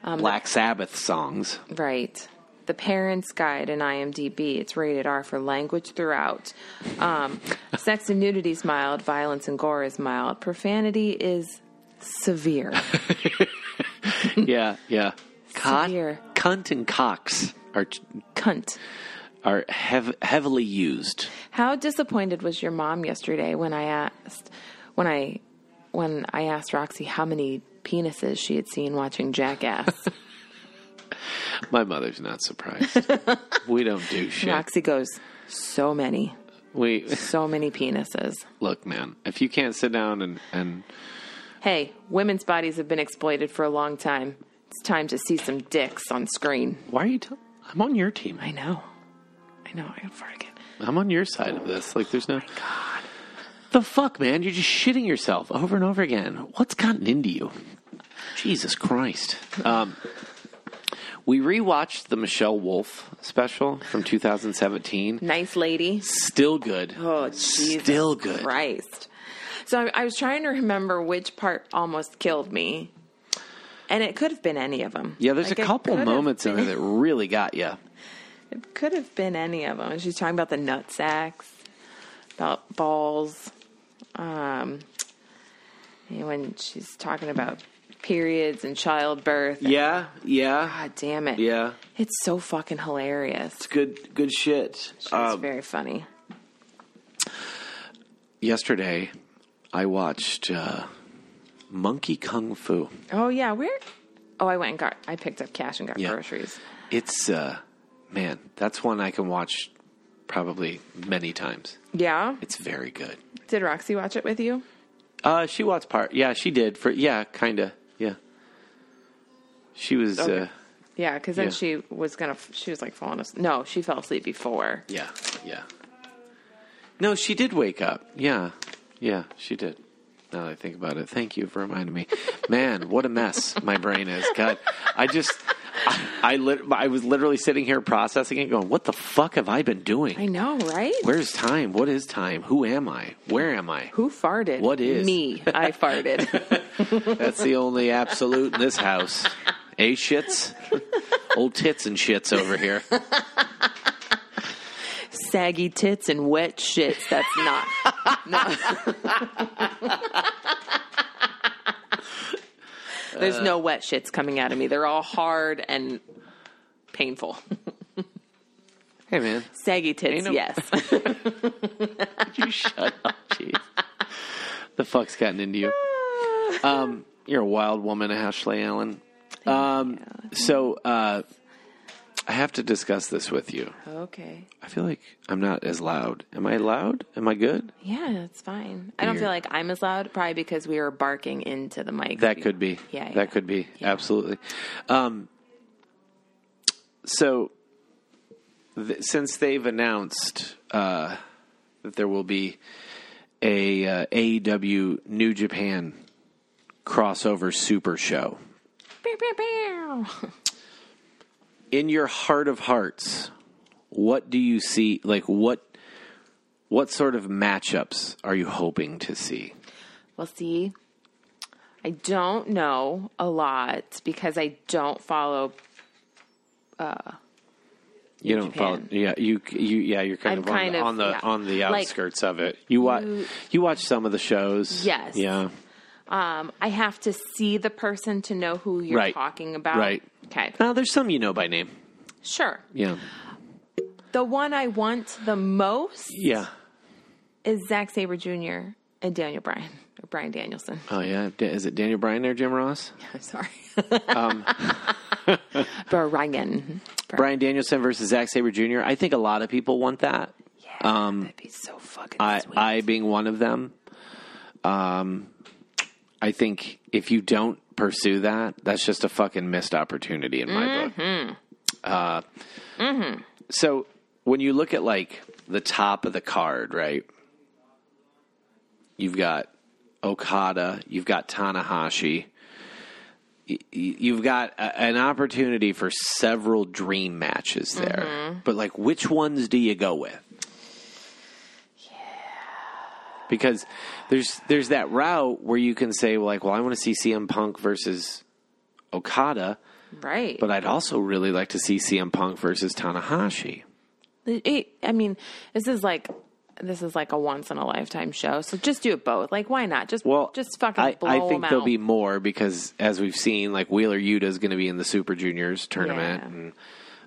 [SPEAKER 2] um,
[SPEAKER 3] Black Sabbath songs.
[SPEAKER 2] Right. The Parents Guide in IMDb. It's rated R for language throughout. Um, sex and nudity is mild. Violence and gore is mild. Profanity is severe.
[SPEAKER 3] yeah, yeah. Cot,
[SPEAKER 2] Severe.
[SPEAKER 3] cunt and cocks are
[SPEAKER 2] Cunt.
[SPEAKER 3] are hev- heavily used.
[SPEAKER 2] How disappointed was your mom yesterday when I asked when I when I asked Roxy how many penises she had seen watching Jackass?
[SPEAKER 3] My mother's not surprised. we don't do shit.
[SPEAKER 2] Roxy goes, "So many,
[SPEAKER 3] We
[SPEAKER 2] so many penises."
[SPEAKER 3] look, man. If you can't sit down and and
[SPEAKER 2] Hey, women's bodies have been exploited for a long time. It's time to see some dicks on screen.
[SPEAKER 3] why are you? T- I'm on your team.
[SPEAKER 2] I know. I know. I forget.
[SPEAKER 3] I'm on your side of this. Like, there's no.
[SPEAKER 2] Oh
[SPEAKER 3] The fuck, man! You're just shitting yourself over and over again. What's gotten into you? Jesus Christ! Um, we rewatched the Michelle Wolf special from 2017.
[SPEAKER 2] Nice lady.
[SPEAKER 3] Still good.
[SPEAKER 2] Oh, Jesus
[SPEAKER 3] Still good.
[SPEAKER 2] Christ. So I, I was trying to remember which part almost killed me, and it could have been any of them.
[SPEAKER 3] Yeah, there's
[SPEAKER 2] Like,
[SPEAKER 3] a
[SPEAKER 2] it
[SPEAKER 3] couple
[SPEAKER 2] could have
[SPEAKER 3] moments in
[SPEAKER 2] been-
[SPEAKER 3] there that really got you.
[SPEAKER 2] It could have been any of them. She's talking about the nut sacks, about balls. Um, and when she's talking about periods and childbirth.
[SPEAKER 3] Yeah, yeah,
[SPEAKER 2] God damn it.
[SPEAKER 3] yeah.
[SPEAKER 2] It's so fucking hilarious.
[SPEAKER 3] Good, good shit. Um,
[SPEAKER 2] It's very funny.
[SPEAKER 3] yesterday, I watched uh, Monkey Kung Fu.
[SPEAKER 2] Oh yeah, where? Oh, I went and got. I picked up cash and got
[SPEAKER 3] Yeah.
[SPEAKER 2] groceries.
[SPEAKER 3] It's uh, man, that's one I can watch probably many times.
[SPEAKER 2] Yeah.
[SPEAKER 3] It's very good.
[SPEAKER 2] Did Roxy watch it with you?
[SPEAKER 3] Uh, she watched part. Yeah, she did for. Yeah, kind of. Yeah, she was. Uh,
[SPEAKER 2] Okay. Yeah, because then
[SPEAKER 3] Yeah.
[SPEAKER 2] she was gonna. She was like falling asleep. No, she fell asleep before.
[SPEAKER 3] yeah, yeah. No, she did wake up. Yeah, yeah, she did. Now that I think about it, thank you for reminding me. Man, what a mess my brain is. God, I just. I, I, lit, I was literally sitting here processing it, going, "What the fuck have I been doing?"
[SPEAKER 2] I know, right?
[SPEAKER 3] Where's time? What is time? Who am I? Where am I?
[SPEAKER 2] Who farted?
[SPEAKER 3] What is?
[SPEAKER 2] me? I farted.
[SPEAKER 3] That's the only absolute in this house. A shits, old tits and shits over here.
[SPEAKER 2] Saggy tits and wet shits. That's not. no. There's
[SPEAKER 3] Uh.
[SPEAKER 2] no wet shits coming out of me. They're all hard and painful.
[SPEAKER 3] Hey man,
[SPEAKER 2] Saggy tits,
[SPEAKER 3] no-
[SPEAKER 2] yes.
[SPEAKER 3] you shut up, jeez. The fuck's gotten into you? Um, you're a wild woman, Ashley Allen. Um, so uh, I have to discuss this with you.
[SPEAKER 2] okay.
[SPEAKER 3] I feel like I'm not as loud. Am I loud? Am I good?
[SPEAKER 2] Yeah, that's fine. I don't feel like I'm as loud, probably because we were barking into the mic.
[SPEAKER 3] That could be.
[SPEAKER 2] Yeah, yeah.
[SPEAKER 3] That could be. Absolutely. Um, so, th- since they've announced uh, that there will be a uh, AEW New Japan crossover super show,
[SPEAKER 2] Pew, pew, pew.
[SPEAKER 3] in your heart of hearts, what do you see? Like what? What sort of matchups are you hoping to see?
[SPEAKER 2] Well, see, I don't know a lot because I don't follow.
[SPEAKER 3] You don't follow.
[SPEAKER 2] Japan.
[SPEAKER 3] Yeah, you you yeah, you're kind
[SPEAKER 2] I'm
[SPEAKER 3] of on
[SPEAKER 2] kind
[SPEAKER 3] the
[SPEAKER 2] of-
[SPEAKER 3] on the,
[SPEAKER 2] yeah.
[SPEAKER 3] on the
[SPEAKER 2] Like,
[SPEAKER 3] outskirts of it. You watch
[SPEAKER 2] you-
[SPEAKER 3] you watch some of the shows.
[SPEAKER 2] Yes.
[SPEAKER 3] Yeah.
[SPEAKER 2] Um, I have to see the person to know who you're
[SPEAKER 3] Right.
[SPEAKER 2] talking about.
[SPEAKER 3] Right.
[SPEAKER 2] Okay.
[SPEAKER 3] Now there's some you know by name.
[SPEAKER 2] Sure.
[SPEAKER 3] Yeah.
[SPEAKER 2] The one I want the most
[SPEAKER 3] Yeah.
[SPEAKER 2] is Zack Saber Jr. and Daniel Bryan or Brian Danielson.
[SPEAKER 3] Oh yeah. Da- Is it Daniel Bryan or Jim Ross?
[SPEAKER 2] I'm sorry.
[SPEAKER 3] Um,
[SPEAKER 2] Brian.
[SPEAKER 3] Brian Danielson versus Zack Saber Jr. I think a lot of people want that.
[SPEAKER 2] Um, That'd be so fucking
[SPEAKER 3] I
[SPEAKER 2] sweet.
[SPEAKER 3] I being one of them. Um, I think if you don't pursue that, that's just a fucking missed opportunity in my book. Uh, So when you look at like the top of the card, right? You've got Okada. You've got Tanahashi. Y- y- You've got a, an opportunity for several dream matches there. But, like, which ones do you go with? Because there's there's that route where you can say well, like, well, I want to see CM Punk versus Okada,
[SPEAKER 2] Right.
[SPEAKER 3] but I'd also really like to see CM Punk versus Tanahashi.
[SPEAKER 2] It- I mean, this is like this is like a once in a lifetime show. So just do it both. Like, why not? Just
[SPEAKER 3] Well,
[SPEAKER 2] just fucking
[SPEAKER 3] I,
[SPEAKER 2] blow
[SPEAKER 3] I think
[SPEAKER 2] them out.
[SPEAKER 3] there'll be more because, as we've seen, like Wheeler Yuta is going to be in the Super Juniors tournament,
[SPEAKER 2] Yeah.
[SPEAKER 3] and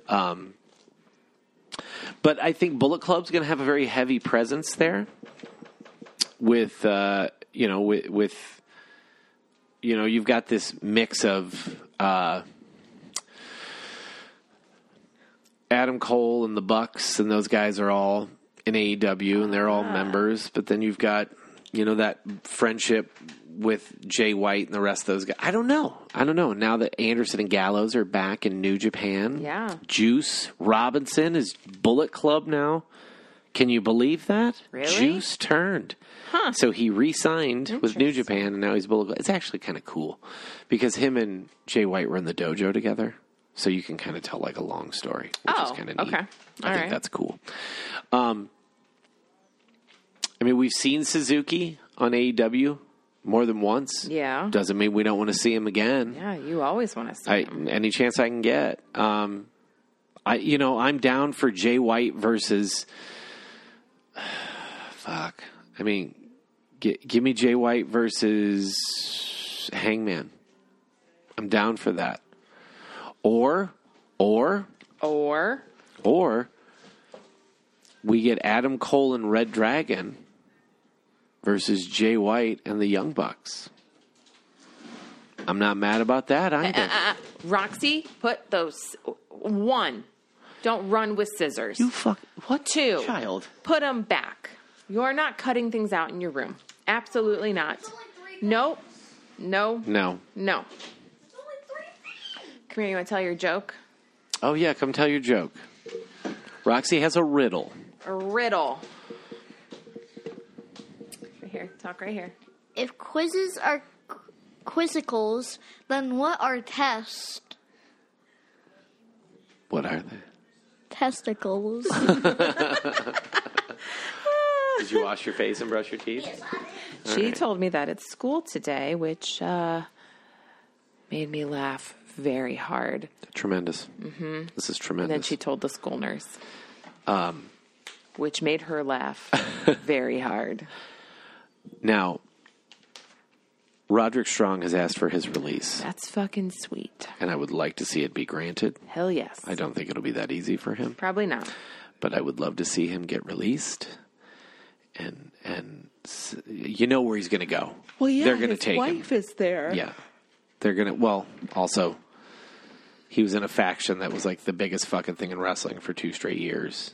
[SPEAKER 3] um, but I think Bullet Club's going to have a very heavy presence there. With uh, you know, with, with you know, you've got this mix of uh, Adam Cole and the Bucks, and those guys are all in AEW and they're all members. But then you've got, you know, that friendship with Jay White and the rest of those guys. I don't know. I don't know. Now that Anderson and Gallows are back in New Japan,
[SPEAKER 2] Yeah.
[SPEAKER 3] Juice Robinson is Bullet Club now. Can you believe that?
[SPEAKER 2] Really?
[SPEAKER 3] Juice turned. Huh. So he re signed with New Japan and now he's Bullet Club. It's actually kind of cool because him and Jay White were in the dojo together. So you can kind of tell like a long story which
[SPEAKER 2] Oh,
[SPEAKER 3] is kind of neat.
[SPEAKER 2] okay.
[SPEAKER 3] I
[SPEAKER 2] All
[SPEAKER 3] think
[SPEAKER 2] right.
[SPEAKER 3] that's cool. Um, I mean, we've seen Suzuki on AEW more than once.
[SPEAKER 2] Yeah.
[SPEAKER 3] doesn't mean we don't want to see him again.
[SPEAKER 2] yeah, you always want to see.
[SPEAKER 3] I, any chance I can get. Um, I you know I'm down for Jay White versus. Fuck. I mean, gi- give me Jay White versus Hangman. I'm down for that. Or, or
[SPEAKER 2] or
[SPEAKER 3] or we get Adam Cole and Red Dragon versus Jay White and the Young Bucks. I'm not mad about that either.
[SPEAKER 2] Roxy, put those one. Don't run with scissors.
[SPEAKER 3] you fuck what
[SPEAKER 2] Two.
[SPEAKER 3] child?
[SPEAKER 2] Put them back. You're not cutting things out in your room. Absolutely not. Nope. No.
[SPEAKER 3] No.
[SPEAKER 2] No. Come here. You want to tell your joke?
[SPEAKER 3] Oh yeah, come tell your joke. Roxy has a riddle.
[SPEAKER 2] A riddle. Right here. Talk right here.
[SPEAKER 4] If quizzes are qu- quizzicals, then what are tests?
[SPEAKER 3] What are they?
[SPEAKER 4] Testicles.
[SPEAKER 3] Did you wash your face and brush your teeth?
[SPEAKER 2] She told me that at school today, which uh, made me laugh very hard.
[SPEAKER 3] Tremendous. Mm-hmm. This is
[SPEAKER 2] And then
[SPEAKER 3] tremendous.
[SPEAKER 2] she told the school nurse, um, which made her laugh very hard.
[SPEAKER 3] now, Roderick Strong has asked for his release,
[SPEAKER 2] That's fucking sweet.
[SPEAKER 3] and I would like to see it be granted.
[SPEAKER 2] Hell yes.
[SPEAKER 3] I don't think it'll be that easy for him,
[SPEAKER 2] Probably not.
[SPEAKER 3] but I would love to see him get released. And and s- you know where he's going to go. Well, yeah, they're going to take him.
[SPEAKER 2] is there.
[SPEAKER 3] Yeah, they're going to. Well, also, he was in a faction that was like the biggest fucking thing in wrestling for two straight years,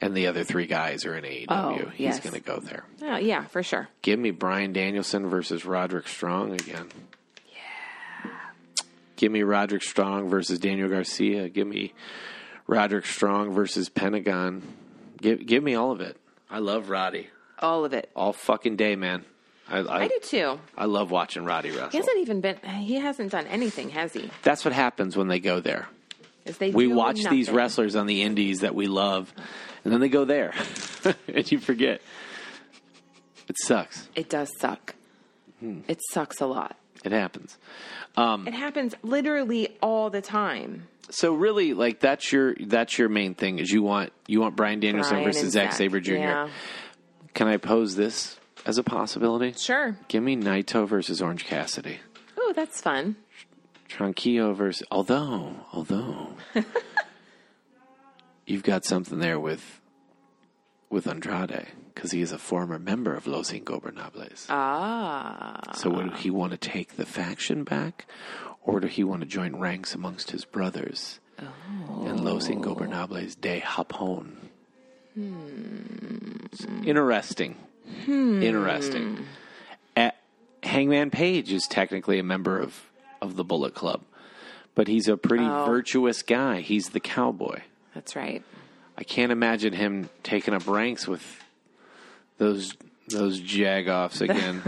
[SPEAKER 3] and the other three guys are in AEW.
[SPEAKER 2] Oh,
[SPEAKER 3] he's
[SPEAKER 2] yes.
[SPEAKER 3] going to go there.
[SPEAKER 2] Oh, yeah, for sure.
[SPEAKER 3] Give me Brian Danielson versus Roderick Strong again. Yeah. Give me Roderick Strong versus Daniel Garcia. Give me Roderick Strong versus Pentagon. Give give me all of it. I love Roddy
[SPEAKER 2] All of it.
[SPEAKER 3] all fucking day, man. I I,
[SPEAKER 2] I do too.
[SPEAKER 3] I love watching Roddy
[SPEAKER 2] He
[SPEAKER 3] wrestle.
[SPEAKER 2] hasn't even been. He hasn't done anything, has he?
[SPEAKER 3] That's what happens when they go there.
[SPEAKER 2] Is they
[SPEAKER 3] We
[SPEAKER 2] do
[SPEAKER 3] watch these
[SPEAKER 2] nothing.
[SPEAKER 3] wrestlers on the indies that we love, and then they go there, and you forget. It sucks.
[SPEAKER 2] It does suck.
[SPEAKER 3] Hmm.
[SPEAKER 2] It sucks a lot.
[SPEAKER 3] It happens. Hmm.
[SPEAKER 2] It happens literally all the time.
[SPEAKER 3] so really like that's your that's your main thing is you want you want Brian Danielson
[SPEAKER 2] Bryan
[SPEAKER 3] versus
[SPEAKER 2] and
[SPEAKER 3] Zack
[SPEAKER 2] Zack,
[SPEAKER 3] Sabre Jr.
[SPEAKER 2] yeah.
[SPEAKER 3] Can I pose this as a possibility?
[SPEAKER 2] Sure.
[SPEAKER 3] Give me Naito versus Orange Cassidy.
[SPEAKER 2] Oh, that's fun.
[SPEAKER 3] Tranquillo versus although although you've got something there with with Andrade because he is a former member of Los Ingobernables.
[SPEAKER 2] Ah,
[SPEAKER 3] So would he want to take the faction back, or do he want to join ranks amongst his brothers and Los Ingobernables de Japón? It's Interesting. Interesting. A- Hangman Page is technically a member of, of the Bullet Club, but he's a pretty
[SPEAKER 2] Oh.
[SPEAKER 3] virtuous guy. He's the cowboy.
[SPEAKER 2] that's right.
[SPEAKER 3] I can't imagine him taking up ranks with those Those jagoffs again.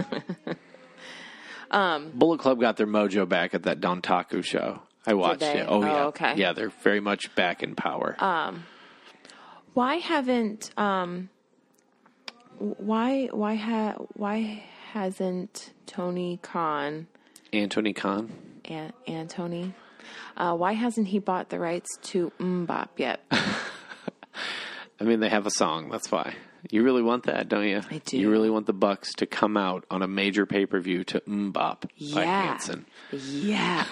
[SPEAKER 2] Um.
[SPEAKER 3] Bullet Club got their mojo back at that Dontaku show. I watched
[SPEAKER 2] they?
[SPEAKER 3] it. Oh,
[SPEAKER 2] Oh,
[SPEAKER 3] yeah.
[SPEAKER 2] okay. Uh.
[SPEAKER 3] Yeah, they're very much back in power.
[SPEAKER 2] Why haven't um w- why why ha why hasn't Tony Khan
[SPEAKER 3] Anthony Khan.
[SPEAKER 2] and Antony uh, why hasn't he bought the rights to Mbop yet?
[SPEAKER 3] I mean, they have a song. That's why. You really want that, don't you? I
[SPEAKER 2] do.
[SPEAKER 3] You really want the Bucks to come out on a major pay per view to Mbop by
[SPEAKER 2] Yeah.
[SPEAKER 3] Hanson,
[SPEAKER 2] yeah.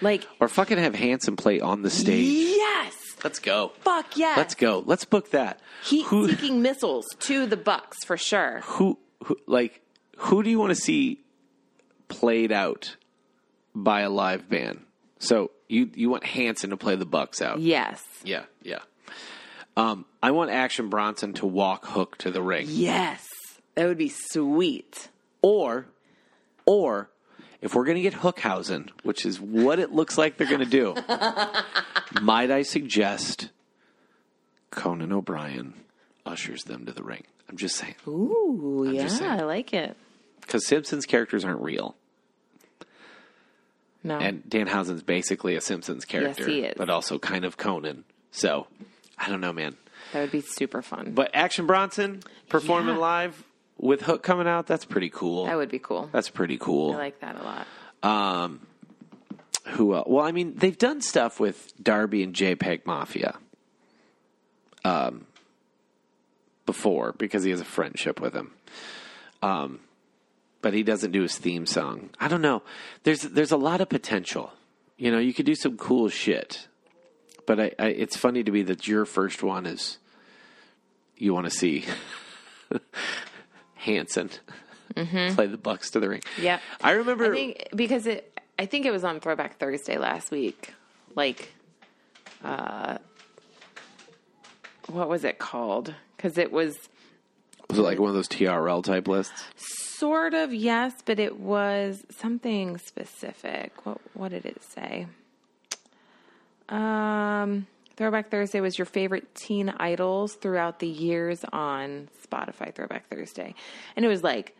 [SPEAKER 2] Like
[SPEAKER 3] or fucking have Hanson play on the stage.
[SPEAKER 2] yes.
[SPEAKER 3] Let's go.
[SPEAKER 2] Fuck yes.
[SPEAKER 3] Let's go. Let's book that.
[SPEAKER 2] Heat
[SPEAKER 3] who,
[SPEAKER 2] seeking missiles to the Bucks for sure.
[SPEAKER 3] who, who, like, who do you want to see played out by a live band? So you you want Hanson to play the Bucks out?
[SPEAKER 2] Yes.
[SPEAKER 3] yeah, yeah. Um, I want Action Bronson to walk Hook to the ring.
[SPEAKER 2] Yes. That would be sweet.
[SPEAKER 3] or or if we're going to get hookhausen which is what it looks like they're going to do might i suggest conan o'brien ushers them to the ring i'm just saying
[SPEAKER 2] Ooh, yeah,
[SPEAKER 3] just saying.
[SPEAKER 2] I like it.
[SPEAKER 3] because simpsons characters aren't real
[SPEAKER 2] No.
[SPEAKER 3] and danhausen's basically a simpsons character
[SPEAKER 2] he is.
[SPEAKER 3] but also kind of conan so i don't know man
[SPEAKER 2] that would be super fun.
[SPEAKER 3] but action bronson performing
[SPEAKER 2] Yeah.
[SPEAKER 3] live with hook coming out that's pretty cool
[SPEAKER 2] that would be cool.
[SPEAKER 3] that's pretty cool
[SPEAKER 2] I like that a lot.
[SPEAKER 3] who else? Well, I mean, they've done stuff with Darby and JPEG Mafia. Um, before because he has a friendship with him. Um, but he doesn't do his theme song. I don't know. There's there's a lot of potential. You know, you could do some cool shit. But I, I it's funny to me that your first one is you want to see Hanson play the Bucks to the ring.
[SPEAKER 2] Yep.
[SPEAKER 3] I remember.
[SPEAKER 2] Mm-hmm. I think because it, I think it was on Throwback Thursday last week. Like, uh, what was it called? Because it was
[SPEAKER 3] was it like one of those TRL type lists?
[SPEAKER 2] sort of yes, but it was something specific. What what did it say? Um, Throwback Thursday was your favorite teen idols throughout the years on Spotify Throwback Thursday, and it was like,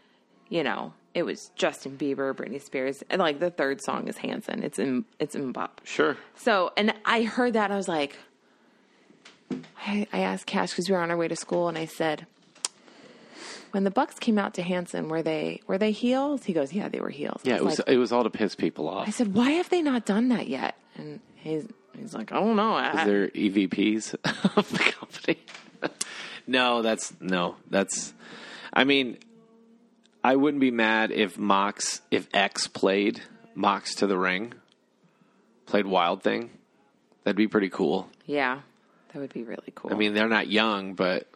[SPEAKER 2] you know, it was Justin Bieber, Britney Spears, and like the third song is Hanson. It's in it's in bop.
[SPEAKER 3] Sure.
[SPEAKER 2] So, and I heard that I was like, I, I asked Cash because we were on our way to school, and I said, when the Bucks came out to Hanson, were they were they heels? He goes, yeah, they were heels. I
[SPEAKER 3] Yeah, it was
[SPEAKER 2] like-
[SPEAKER 3] it was all to piss people
[SPEAKER 2] I
[SPEAKER 3] off.
[SPEAKER 2] said, why have they not done that yet? And he's he's like, I don't know. I,
[SPEAKER 3] Is there EVPs of the company? no, that's no, that's. I mean, I wouldn't be mad if Mox if X played Mox to the ring, played Wild Thing. That'd be pretty cool.
[SPEAKER 2] yeah, that would be really cool.
[SPEAKER 3] I mean, they're not young, but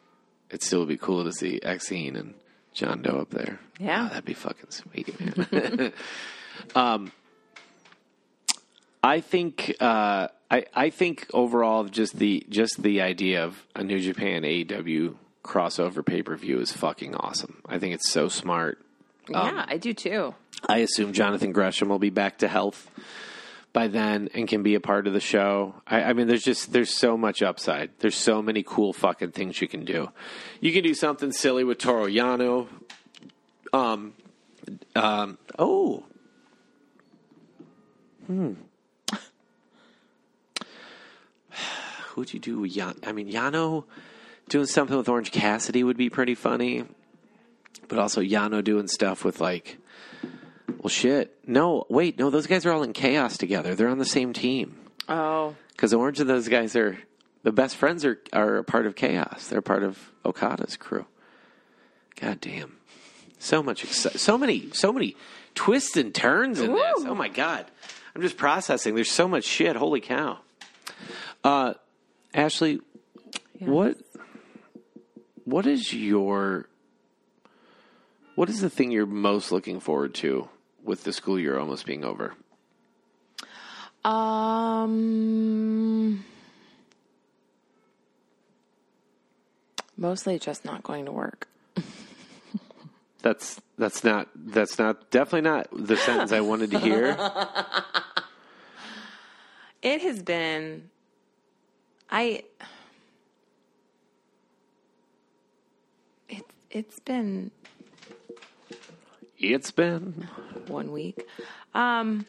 [SPEAKER 3] it'd still be cool to see Xene and John Doe up there.
[SPEAKER 2] Yeah.
[SPEAKER 3] Wow, that'd be fucking sweet, man. um, I think uh, I I think overall just the just the idea of a New Japan AEW crossover pay per view is fucking awesome. I think it's so smart. um,
[SPEAKER 2] yeah, I do too.
[SPEAKER 3] I assume Jonathan Gresham will be back to health by then and can be a part of the show. I, I mean, there's just there's so much upside. There's so many cool fucking things you can do. You can do something silly with Toro Yano. Um, um, oh, hmm. Who'd you do? with Yan- I mean, Yano doing something with Orange Cassidy would be pretty funny, but also Yano doing stuff with like. Well, shit. No, wait. No, those guys are all in chaos together. They're on the same team
[SPEAKER 2] Oh,
[SPEAKER 3] because Orange and those guys are the best friends. Are are a part of chaos. They're part of Okada's crew. God damn, so much, exci- so many, so many twists and turns in this.
[SPEAKER 2] Woo.
[SPEAKER 3] Oh my god, I'm just processing. There's so much shit. Holy cow. Uh, Ashley, what what is your what is the thing you're most looking forward to with the school year almost being over?
[SPEAKER 2] um, mostly just not going to work.
[SPEAKER 3] That's that's not that's not definitely not the sentence I wanted to hear.
[SPEAKER 2] It has been I it it's been
[SPEAKER 3] It's been
[SPEAKER 2] one week. Um,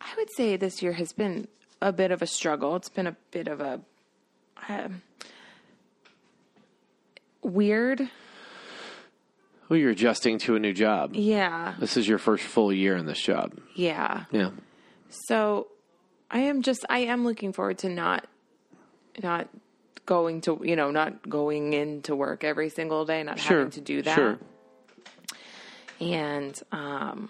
[SPEAKER 2] I would say this year has been a bit of a struggle. It's been a bit of a um, weird.
[SPEAKER 3] well, oh, you're adjusting to a new job.
[SPEAKER 2] Yeah.
[SPEAKER 3] This is your first full year in this job.
[SPEAKER 2] Yeah.
[SPEAKER 3] Yeah.
[SPEAKER 2] So I am just I am looking forward to not not going to you know not going into work every single day, not
[SPEAKER 3] Sure.
[SPEAKER 2] having to do that.
[SPEAKER 3] Sure.
[SPEAKER 2] And um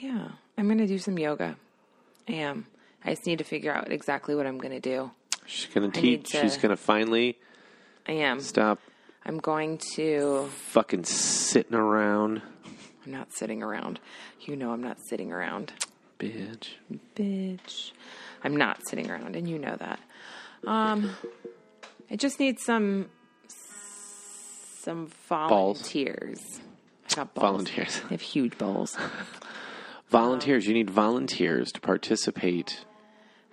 [SPEAKER 2] yeah, I'm going to do some yoga. I am. I just need to figure out exactly what I'm going to do.
[SPEAKER 3] She's gonna
[SPEAKER 2] need
[SPEAKER 3] teach.
[SPEAKER 2] to-
[SPEAKER 3] She's gonna finally
[SPEAKER 2] I am.
[SPEAKER 3] stop
[SPEAKER 2] I'm going to
[SPEAKER 3] fucking sitting around,
[SPEAKER 2] I'm not sitting around. You know I'm not sitting around.
[SPEAKER 3] bitch.
[SPEAKER 2] bitch. I'm not sitting around, and you know that. Um, I just need some some volunteers. I got balls.
[SPEAKER 3] Volunteers.
[SPEAKER 2] I have huge balls.
[SPEAKER 3] Volunteers. You need volunteers to participate.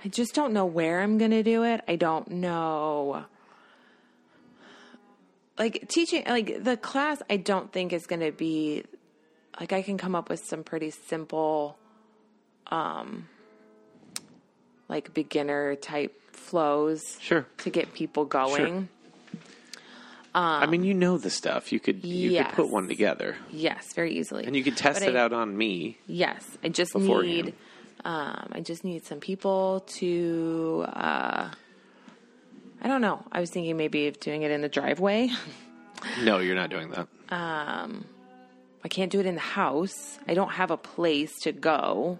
[SPEAKER 2] I just don't know where I'm gonna do it. I don't know. Like teaching, like the class, I don't think is gonna be. Like I can come up with some pretty simple, um, like beginner type flows.
[SPEAKER 3] Sure.
[SPEAKER 2] to get people going.
[SPEAKER 3] I mean, you know the stuff. You could you
[SPEAKER 2] Um, yes.
[SPEAKER 3] could put one together,
[SPEAKER 2] Yes, very easily.
[SPEAKER 3] and you could test
[SPEAKER 2] But
[SPEAKER 3] it
[SPEAKER 2] I-
[SPEAKER 3] out on me.
[SPEAKER 2] Yes, I just
[SPEAKER 3] beforehand.
[SPEAKER 2] need. Um, I just need some people to. Uh, I don't know. I was thinking maybe of doing it in the driveway.
[SPEAKER 3] No, you're not doing that.
[SPEAKER 2] I can't do it in the house. I don't have a place to go.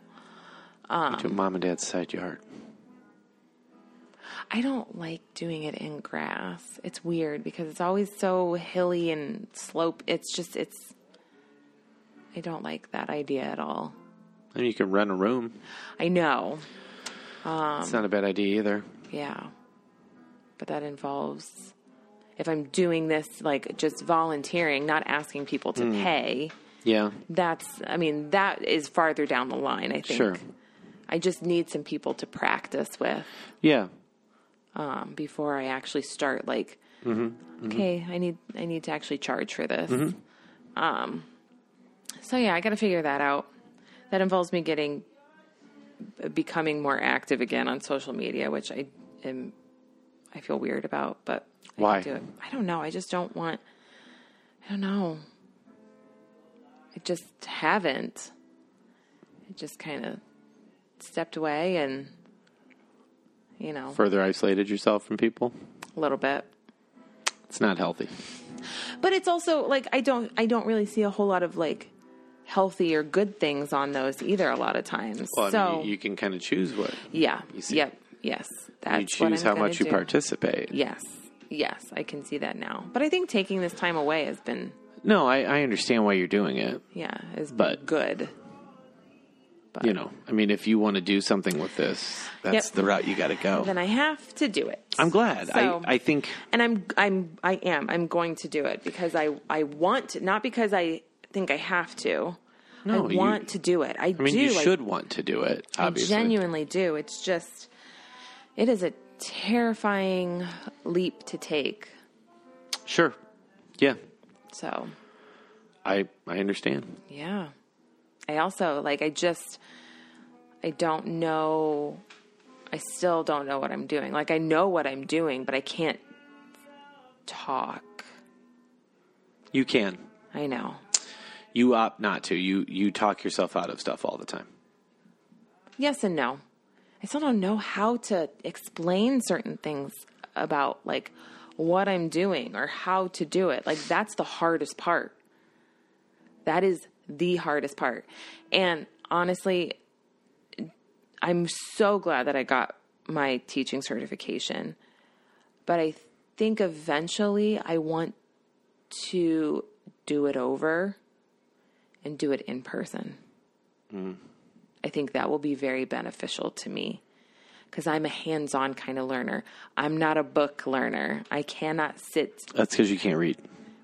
[SPEAKER 3] You
[SPEAKER 2] Um,
[SPEAKER 3] do it mom and dad's side yard.
[SPEAKER 2] I don't like doing it in grass. It's weird because it's always so hilly and slope. It's just it's. I don't like that idea at all.
[SPEAKER 3] I mean, you can rent a room.
[SPEAKER 2] I know.
[SPEAKER 3] it's not a bad idea either.
[SPEAKER 2] Yeah. But that involves if I'm doing this like just volunteering, not asking people to pay,
[SPEAKER 3] Yeah,
[SPEAKER 2] that's I mean, that is farther down the line, I think.
[SPEAKER 3] Sure.
[SPEAKER 2] I just need some people to practice with
[SPEAKER 3] yeah.
[SPEAKER 2] um, before I actually start like okay, I need I need to actually charge for this. Um so yeah, I got to figure that out. That involves me getting becoming more active again on social media, which I am I feel weird about, but I
[SPEAKER 3] Why?
[SPEAKER 2] can do it. I don't know. I just don't want I don't know. I just haven't. I just kind of stepped away and you know,
[SPEAKER 3] Further isolated yourself from people.
[SPEAKER 2] a little bit.
[SPEAKER 3] It's not healthy.
[SPEAKER 2] but it's also like i don't i don't really see a whole lot of like healthy or good things on those either a lot of times
[SPEAKER 3] Well, I
[SPEAKER 2] so
[SPEAKER 3] mean, you, you can kind of choose what
[SPEAKER 2] yeah
[SPEAKER 3] see.
[SPEAKER 2] yep yes that's
[SPEAKER 3] you
[SPEAKER 2] what
[SPEAKER 3] choose
[SPEAKER 2] I'm
[SPEAKER 3] how
[SPEAKER 2] gonna
[SPEAKER 3] much you
[SPEAKER 2] do.
[SPEAKER 3] participate.
[SPEAKER 2] yes yes i can see that now but i think taking this time away has been
[SPEAKER 3] No, I, I understand why you're doing it.
[SPEAKER 2] yeah has been
[SPEAKER 3] But-
[SPEAKER 2] good
[SPEAKER 3] You know, I mean, if you want to do something with this, that's
[SPEAKER 2] Yep.
[SPEAKER 3] the route you got to go.
[SPEAKER 2] then i have to do it
[SPEAKER 3] I'm glad.
[SPEAKER 2] So-
[SPEAKER 3] I, I think
[SPEAKER 2] and I'm I'm I am I'm going to do it because I I want to, not because I think I have to. I
[SPEAKER 3] No, you-
[SPEAKER 2] want to do it. I,
[SPEAKER 3] I mean,
[SPEAKER 2] do.
[SPEAKER 3] you
[SPEAKER 2] I
[SPEAKER 3] should want to do it. Obviously,
[SPEAKER 2] I genuinely do. It's just, it is a terrifying leap to take.
[SPEAKER 3] sure. Yeah,
[SPEAKER 2] So,
[SPEAKER 3] I I understand.
[SPEAKER 2] yeah. I also, like, I just, I don't know, I still don't know what I'm doing. Like, I know what I'm doing, but I can't talk.
[SPEAKER 3] You can.
[SPEAKER 2] I know.
[SPEAKER 3] You opt not to. You you talk yourself out of stuff all the time.
[SPEAKER 2] Yes and no. I still don't know how to explain certain things about, like, what I'm doing or how to do it. Like, that's the hardest part. That is the hardest part. And honestly, I'm so glad that I got my teaching certification. But I think eventually I want to do it over and do it in person. I think that will be very beneficial to me because I'm a hands on kind of learner. I'm not a book learner. I cannot sit.
[SPEAKER 3] That's because you can't read.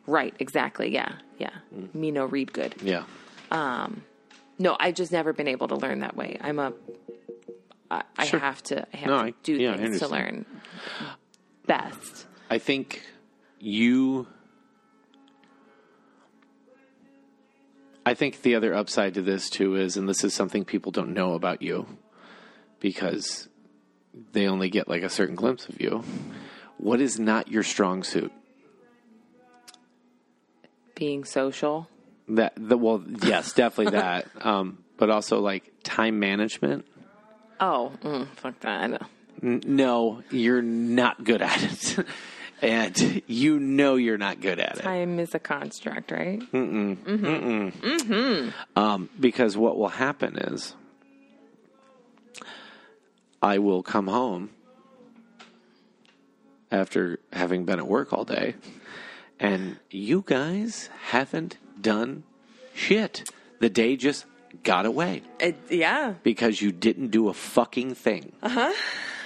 [SPEAKER 2] Right, exactly. Yeah, yeah.
[SPEAKER 3] Mm.
[SPEAKER 2] Me no read good.
[SPEAKER 3] Yeah.
[SPEAKER 2] No, I've just never been able to learn that way. I'm a. I, I
[SPEAKER 3] Sure.
[SPEAKER 2] have to. I have
[SPEAKER 3] No,
[SPEAKER 2] to
[SPEAKER 3] I-
[SPEAKER 2] do
[SPEAKER 3] yeah, I
[SPEAKER 2] things to
[SPEAKER 3] understand.
[SPEAKER 2] learn best.
[SPEAKER 3] I think you I think the other upside to this too is, and this is something people don't know about you because they only get like a certain glimpse of you. What is not your strong suit?
[SPEAKER 2] Being social.
[SPEAKER 3] That the well, yes, definitely that. Um, but also like time management.
[SPEAKER 2] Oh, mm, fuck that. I don't-
[SPEAKER 3] No, you're not good at it, and you know you're not good at it.
[SPEAKER 2] Time is a construct, right?
[SPEAKER 3] Hmm. because what will happen is I will come home after having been at work all day, and you guys haven't done shit. The day just got away
[SPEAKER 2] It, yeah.
[SPEAKER 3] because you didn't do a fucking thing.
[SPEAKER 2] Uh-huh.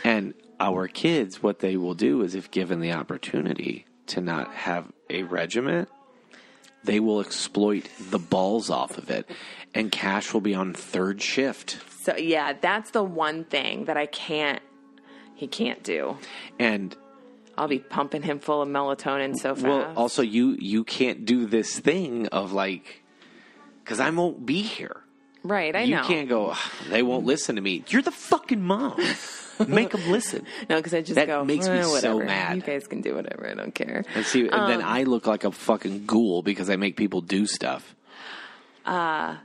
[SPEAKER 3] And our kids, what they will do is, if given the opportunity to not have a regiment, they will exploit the balls off of it. And Cash will be on third shift.
[SPEAKER 2] So yeah, that's the one thing that I can't. He can't do.
[SPEAKER 3] And
[SPEAKER 2] I'll be pumping him full of melatonin so fast.
[SPEAKER 3] well, also you you can't do this thing of like, because I won't be here.
[SPEAKER 2] right, I
[SPEAKER 3] you
[SPEAKER 2] know.
[SPEAKER 3] can't go. "Ugh, They won't listen to me. You're the fucking mom. Make them listen.
[SPEAKER 2] No, because I just
[SPEAKER 3] That
[SPEAKER 2] go.
[SPEAKER 3] makes me
[SPEAKER 2] "Eh,
[SPEAKER 3] so
[SPEAKER 2] whatever.
[SPEAKER 3] mad.
[SPEAKER 2] You guys can do whatever. I don't care.
[SPEAKER 3] And see, and
[SPEAKER 2] Um,
[SPEAKER 3] then I look like a fucking ghoul because I make people do stuff. Uh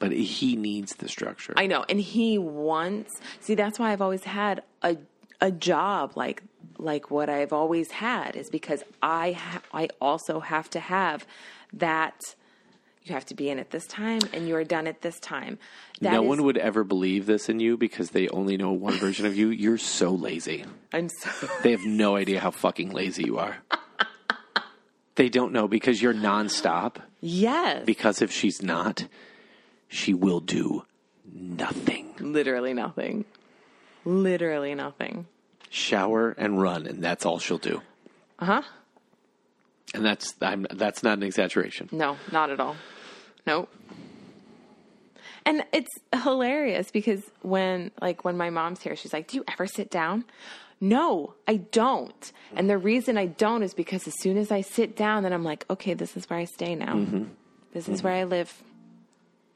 [SPEAKER 3] but he needs the structure.
[SPEAKER 2] I know, and he wants. See, that's why I've always had a a job like like what I've always had is because I ha- I also have to have that. You have to be in at this time, and you are done at this time. That
[SPEAKER 3] no
[SPEAKER 2] is-
[SPEAKER 3] one would ever believe this in you because they only know one version of you. You're so lazy.
[SPEAKER 2] I'm so.
[SPEAKER 3] They have no idea how fucking lazy you are. they don't know because you're nonstop.
[SPEAKER 2] Yes.
[SPEAKER 3] Because if she's not, she will do nothing.
[SPEAKER 2] Literally nothing. Literally nothing.
[SPEAKER 3] Shower and run, and that's all she'll do. Uh huh.
[SPEAKER 2] Uh-huh.
[SPEAKER 3] And that's I'm, that's not an exaggeration.
[SPEAKER 2] No, not at all. Nope. And it's hilarious because when like when my mom's here, she's like, "Do you ever sit down?" No, I don't. And the reason I don't is because as soon as I sit down, then I'm like, "Okay, this is where I stay now. This is where I live.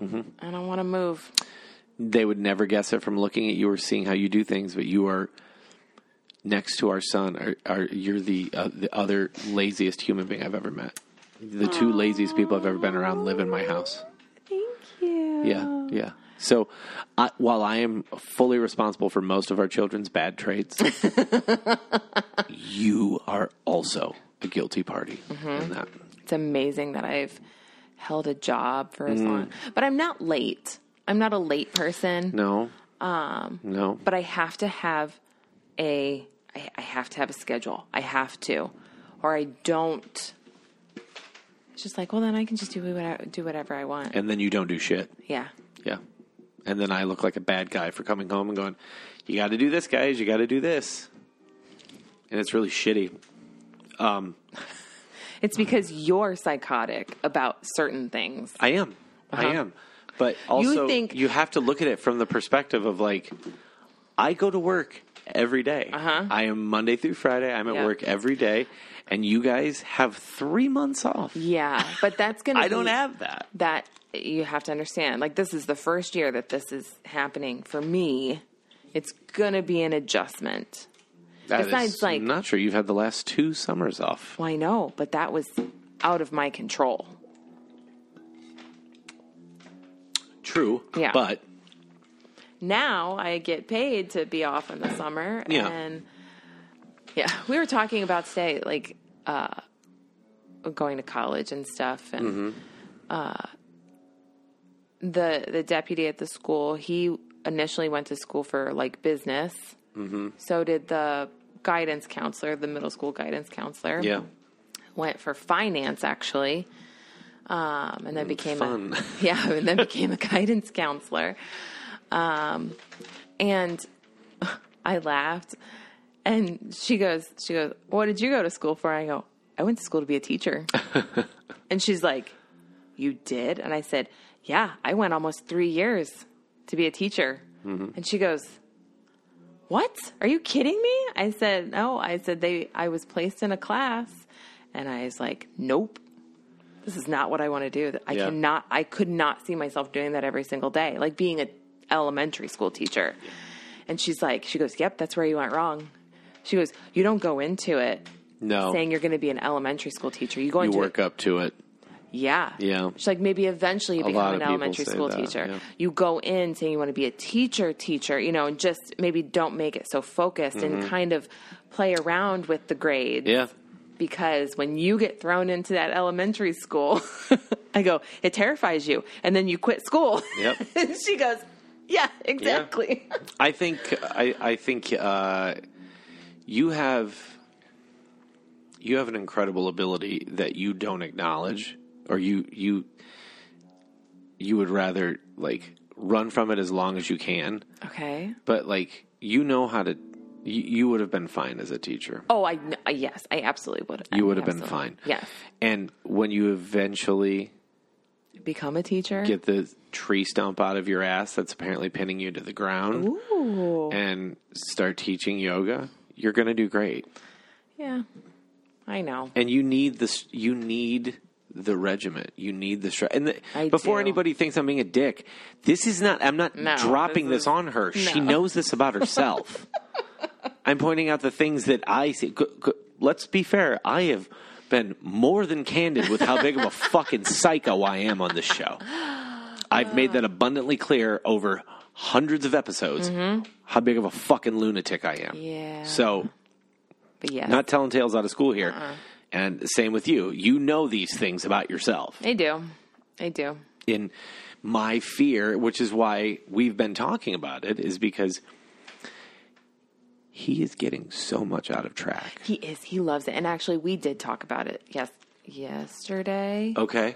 [SPEAKER 2] I don't want to move."
[SPEAKER 3] they would never guess it from looking at you or seeing how you do things, but you are next to our son. Are, are you're the uh, the other laziest human being I've ever met. The two laziest people I've ever been around live in my house.
[SPEAKER 2] Thank you.
[SPEAKER 3] Yeah, yeah. So, I, while I am fully responsible for most of our children's bad traits, you are also a guilty party in that.
[SPEAKER 2] It's amazing that I've held a job for as long, but I'm not late. I'm not a late person.
[SPEAKER 3] No, um, no.
[SPEAKER 2] but I have to have a I, I have to have a schedule. I have to, or I don't. It's just like, well, then I can just do what I, do whatever I want.
[SPEAKER 3] And then you don't do shit.
[SPEAKER 2] Yeah,
[SPEAKER 3] Yeah. And then I look like a bad guy for coming home and going, you got to do this, guys. You got to do this. And it's really shitty. Um,
[SPEAKER 2] it's because you're psychotic about certain things.
[SPEAKER 3] I am. I am. But also, you,
[SPEAKER 2] Uh-huh. think-
[SPEAKER 3] have to look at it from the perspective of like, I go to work every day.
[SPEAKER 2] Uh-huh.
[SPEAKER 3] I am Monday through Friday. I'm at
[SPEAKER 2] Yeah.
[SPEAKER 3] work every day. And you guys have three months off.
[SPEAKER 2] Yeah, but that's gonna.
[SPEAKER 3] I don't
[SPEAKER 2] be-
[SPEAKER 3] have that.
[SPEAKER 2] that. You have to understand. Like this is the first year that this is happening for me. It's gonna be an adjustment.
[SPEAKER 3] That
[SPEAKER 2] Besides,
[SPEAKER 3] is
[SPEAKER 2] like-
[SPEAKER 3] not sure. You've had the last two summers off.
[SPEAKER 2] Well, I know, but that was out of my control.
[SPEAKER 3] True.
[SPEAKER 2] Yeah.
[SPEAKER 3] But
[SPEAKER 2] now I get paid to be off in the summer.
[SPEAKER 3] Yeah.
[SPEAKER 2] And yeah, we were talking about today, like uh, going to college and stuff. And
[SPEAKER 3] Mm-hmm.
[SPEAKER 2] uh, the the deputy at the school, he initially went to school for like business. Mm-hmm. So did the guidance counselor, the middle school guidance counselor.
[SPEAKER 3] yeah.
[SPEAKER 2] Went for finance actually. Um, and then became a
[SPEAKER 3] Fun.
[SPEAKER 2] yeah, and then became a guidance counselor. Um, and I laughed, and she goes, she goes, "What did you go to school for?" I go, "I went to school to be a teacher," and she's like, "You did?" And I said, "Yeah, I went almost three years to be a teacher,"
[SPEAKER 3] Mm-hmm.
[SPEAKER 2] and she goes. What? Are you kidding me? I said, "No, I said they I was placed in a class." And I was like, "Nope." this is not what I want to do. I
[SPEAKER 3] Yeah.
[SPEAKER 2] cannot, I could not see myself doing that every single day, like being an elementary school teacher. And she's like, she goes, yep, that's where you went wrong. She goes, you don't go into it
[SPEAKER 3] No.
[SPEAKER 2] saying you're going to be an elementary school teacher. You go
[SPEAKER 3] Oh. you
[SPEAKER 2] into
[SPEAKER 3] work up to it.
[SPEAKER 2] yeah.
[SPEAKER 3] Yeah.
[SPEAKER 2] She's like, maybe eventually you
[SPEAKER 3] A lot
[SPEAKER 2] become
[SPEAKER 3] of
[SPEAKER 2] an
[SPEAKER 3] people
[SPEAKER 2] elementary
[SPEAKER 3] say
[SPEAKER 2] school
[SPEAKER 3] that,
[SPEAKER 2] teacher.
[SPEAKER 3] yeah.
[SPEAKER 2] You go in saying you want to be a teacher, teacher, you know, and just maybe don't make it so focused and kind of play around with the grades.
[SPEAKER 3] Mm-hmm. Yeah.
[SPEAKER 2] Because when you get thrown into that elementary school, I go, it terrifies you. And then you quit school.
[SPEAKER 3] Yep.
[SPEAKER 2] and she goes, yeah, exactly.
[SPEAKER 3] I think I, I think uh, you have you have an incredible ability that you don't acknowledge, or you you you would rather like run from it as long as you can,
[SPEAKER 2] okay.
[SPEAKER 3] but like you know how to. You, you would have been fine as a teacher.
[SPEAKER 2] Oh, I, kn- yes, I absolutely would.
[SPEAKER 3] you would have been
[SPEAKER 2] Absolutely.
[SPEAKER 3] fine.
[SPEAKER 2] Yes.
[SPEAKER 3] And when you eventually
[SPEAKER 2] Become a teacher.
[SPEAKER 3] get the tree stump out of your ass that's apparently pinning you to the ground
[SPEAKER 2] Ooh.
[SPEAKER 3] and start teaching yoga, you're going to do great.
[SPEAKER 2] Yeah. I know.
[SPEAKER 3] and you need this you need the regiment you need the str- and the,
[SPEAKER 2] I
[SPEAKER 3] before
[SPEAKER 2] do.
[SPEAKER 3] anybody thinks i'm being a dick this is not i'm not
[SPEAKER 2] No,
[SPEAKER 3] dropping
[SPEAKER 2] this
[SPEAKER 3] this,
[SPEAKER 2] is-
[SPEAKER 3] on her she
[SPEAKER 2] no.
[SPEAKER 3] knows this about herself i'm pointing out the things that i see Go- go- let's be fair i have been more than candid with how big of a fucking psycho i am on this show i've made that abundantly clear over hundreds of episodes how big of a fucking lunatic i am
[SPEAKER 2] Mm-hmm. Yeah.
[SPEAKER 3] so
[SPEAKER 2] But yes.
[SPEAKER 3] not telling tales out of school here.
[SPEAKER 2] Uh-uh.
[SPEAKER 3] And same with you. You know these things about yourself.
[SPEAKER 2] I do. I do.
[SPEAKER 3] In my fear, which is why we've been talking about it, is because he is getting so much out of track.
[SPEAKER 2] He is. He loves it. And actually, we did talk about it. Yes. Yesterday.
[SPEAKER 3] Okay.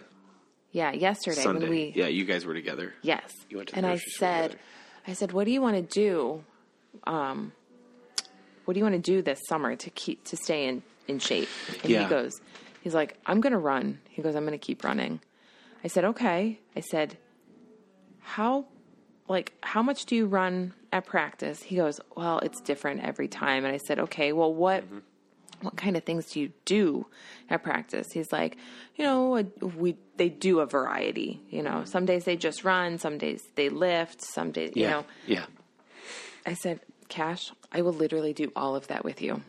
[SPEAKER 2] Yeah, yesterday
[SPEAKER 3] Sunday.
[SPEAKER 2] when we
[SPEAKER 3] yeah, you guys were together.
[SPEAKER 2] Yes.
[SPEAKER 3] You went to the
[SPEAKER 2] and I
[SPEAKER 3] grocery store
[SPEAKER 2] said
[SPEAKER 3] together.
[SPEAKER 2] I said, "What do you want to do um what do you want to do this summer to keep to stay in in shape?" And
[SPEAKER 3] Yeah.
[SPEAKER 2] he goes, he's like, "I'm going to run." He goes, "I'm going to keep running." I said, "Okay." I said, "How like how much do you run at practice?" He goes, "Well, it's different every time." And I said, "Okay, well what what kind of things do you do at practice? He's like, you know, we they do a variety. You know, some days they just run, some days they lift, some days,
[SPEAKER 3] Yeah.
[SPEAKER 2] you know.
[SPEAKER 3] Yeah.
[SPEAKER 2] I said, Cash, I will literally do all of that with you.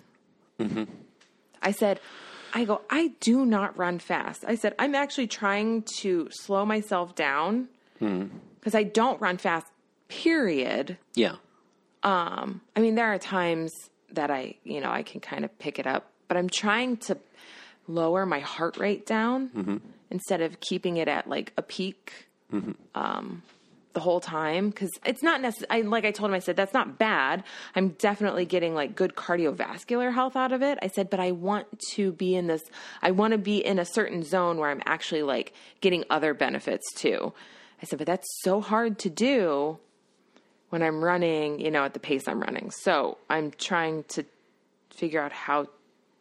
[SPEAKER 2] I said, I go, I do not run fast. I said, I'm actually trying to slow myself down because I don't run fast. Period.
[SPEAKER 3] Yeah.
[SPEAKER 2] I mean, there are times that I, you know, I can kind of pick it up, but I'm trying to lower my heart rate down instead of keeping it at like a peak um, the whole time. Cause it's not necessary. Like I told him, I said, that's not bad. I'm definitely getting like good cardiovascular health out of it. I said, but I want to be in this, I want to be in a certain zone where I'm actually like getting other benefits too. I said, but that's so hard to do when I'm running, you know, at the pace I'm running. So I'm trying to figure out how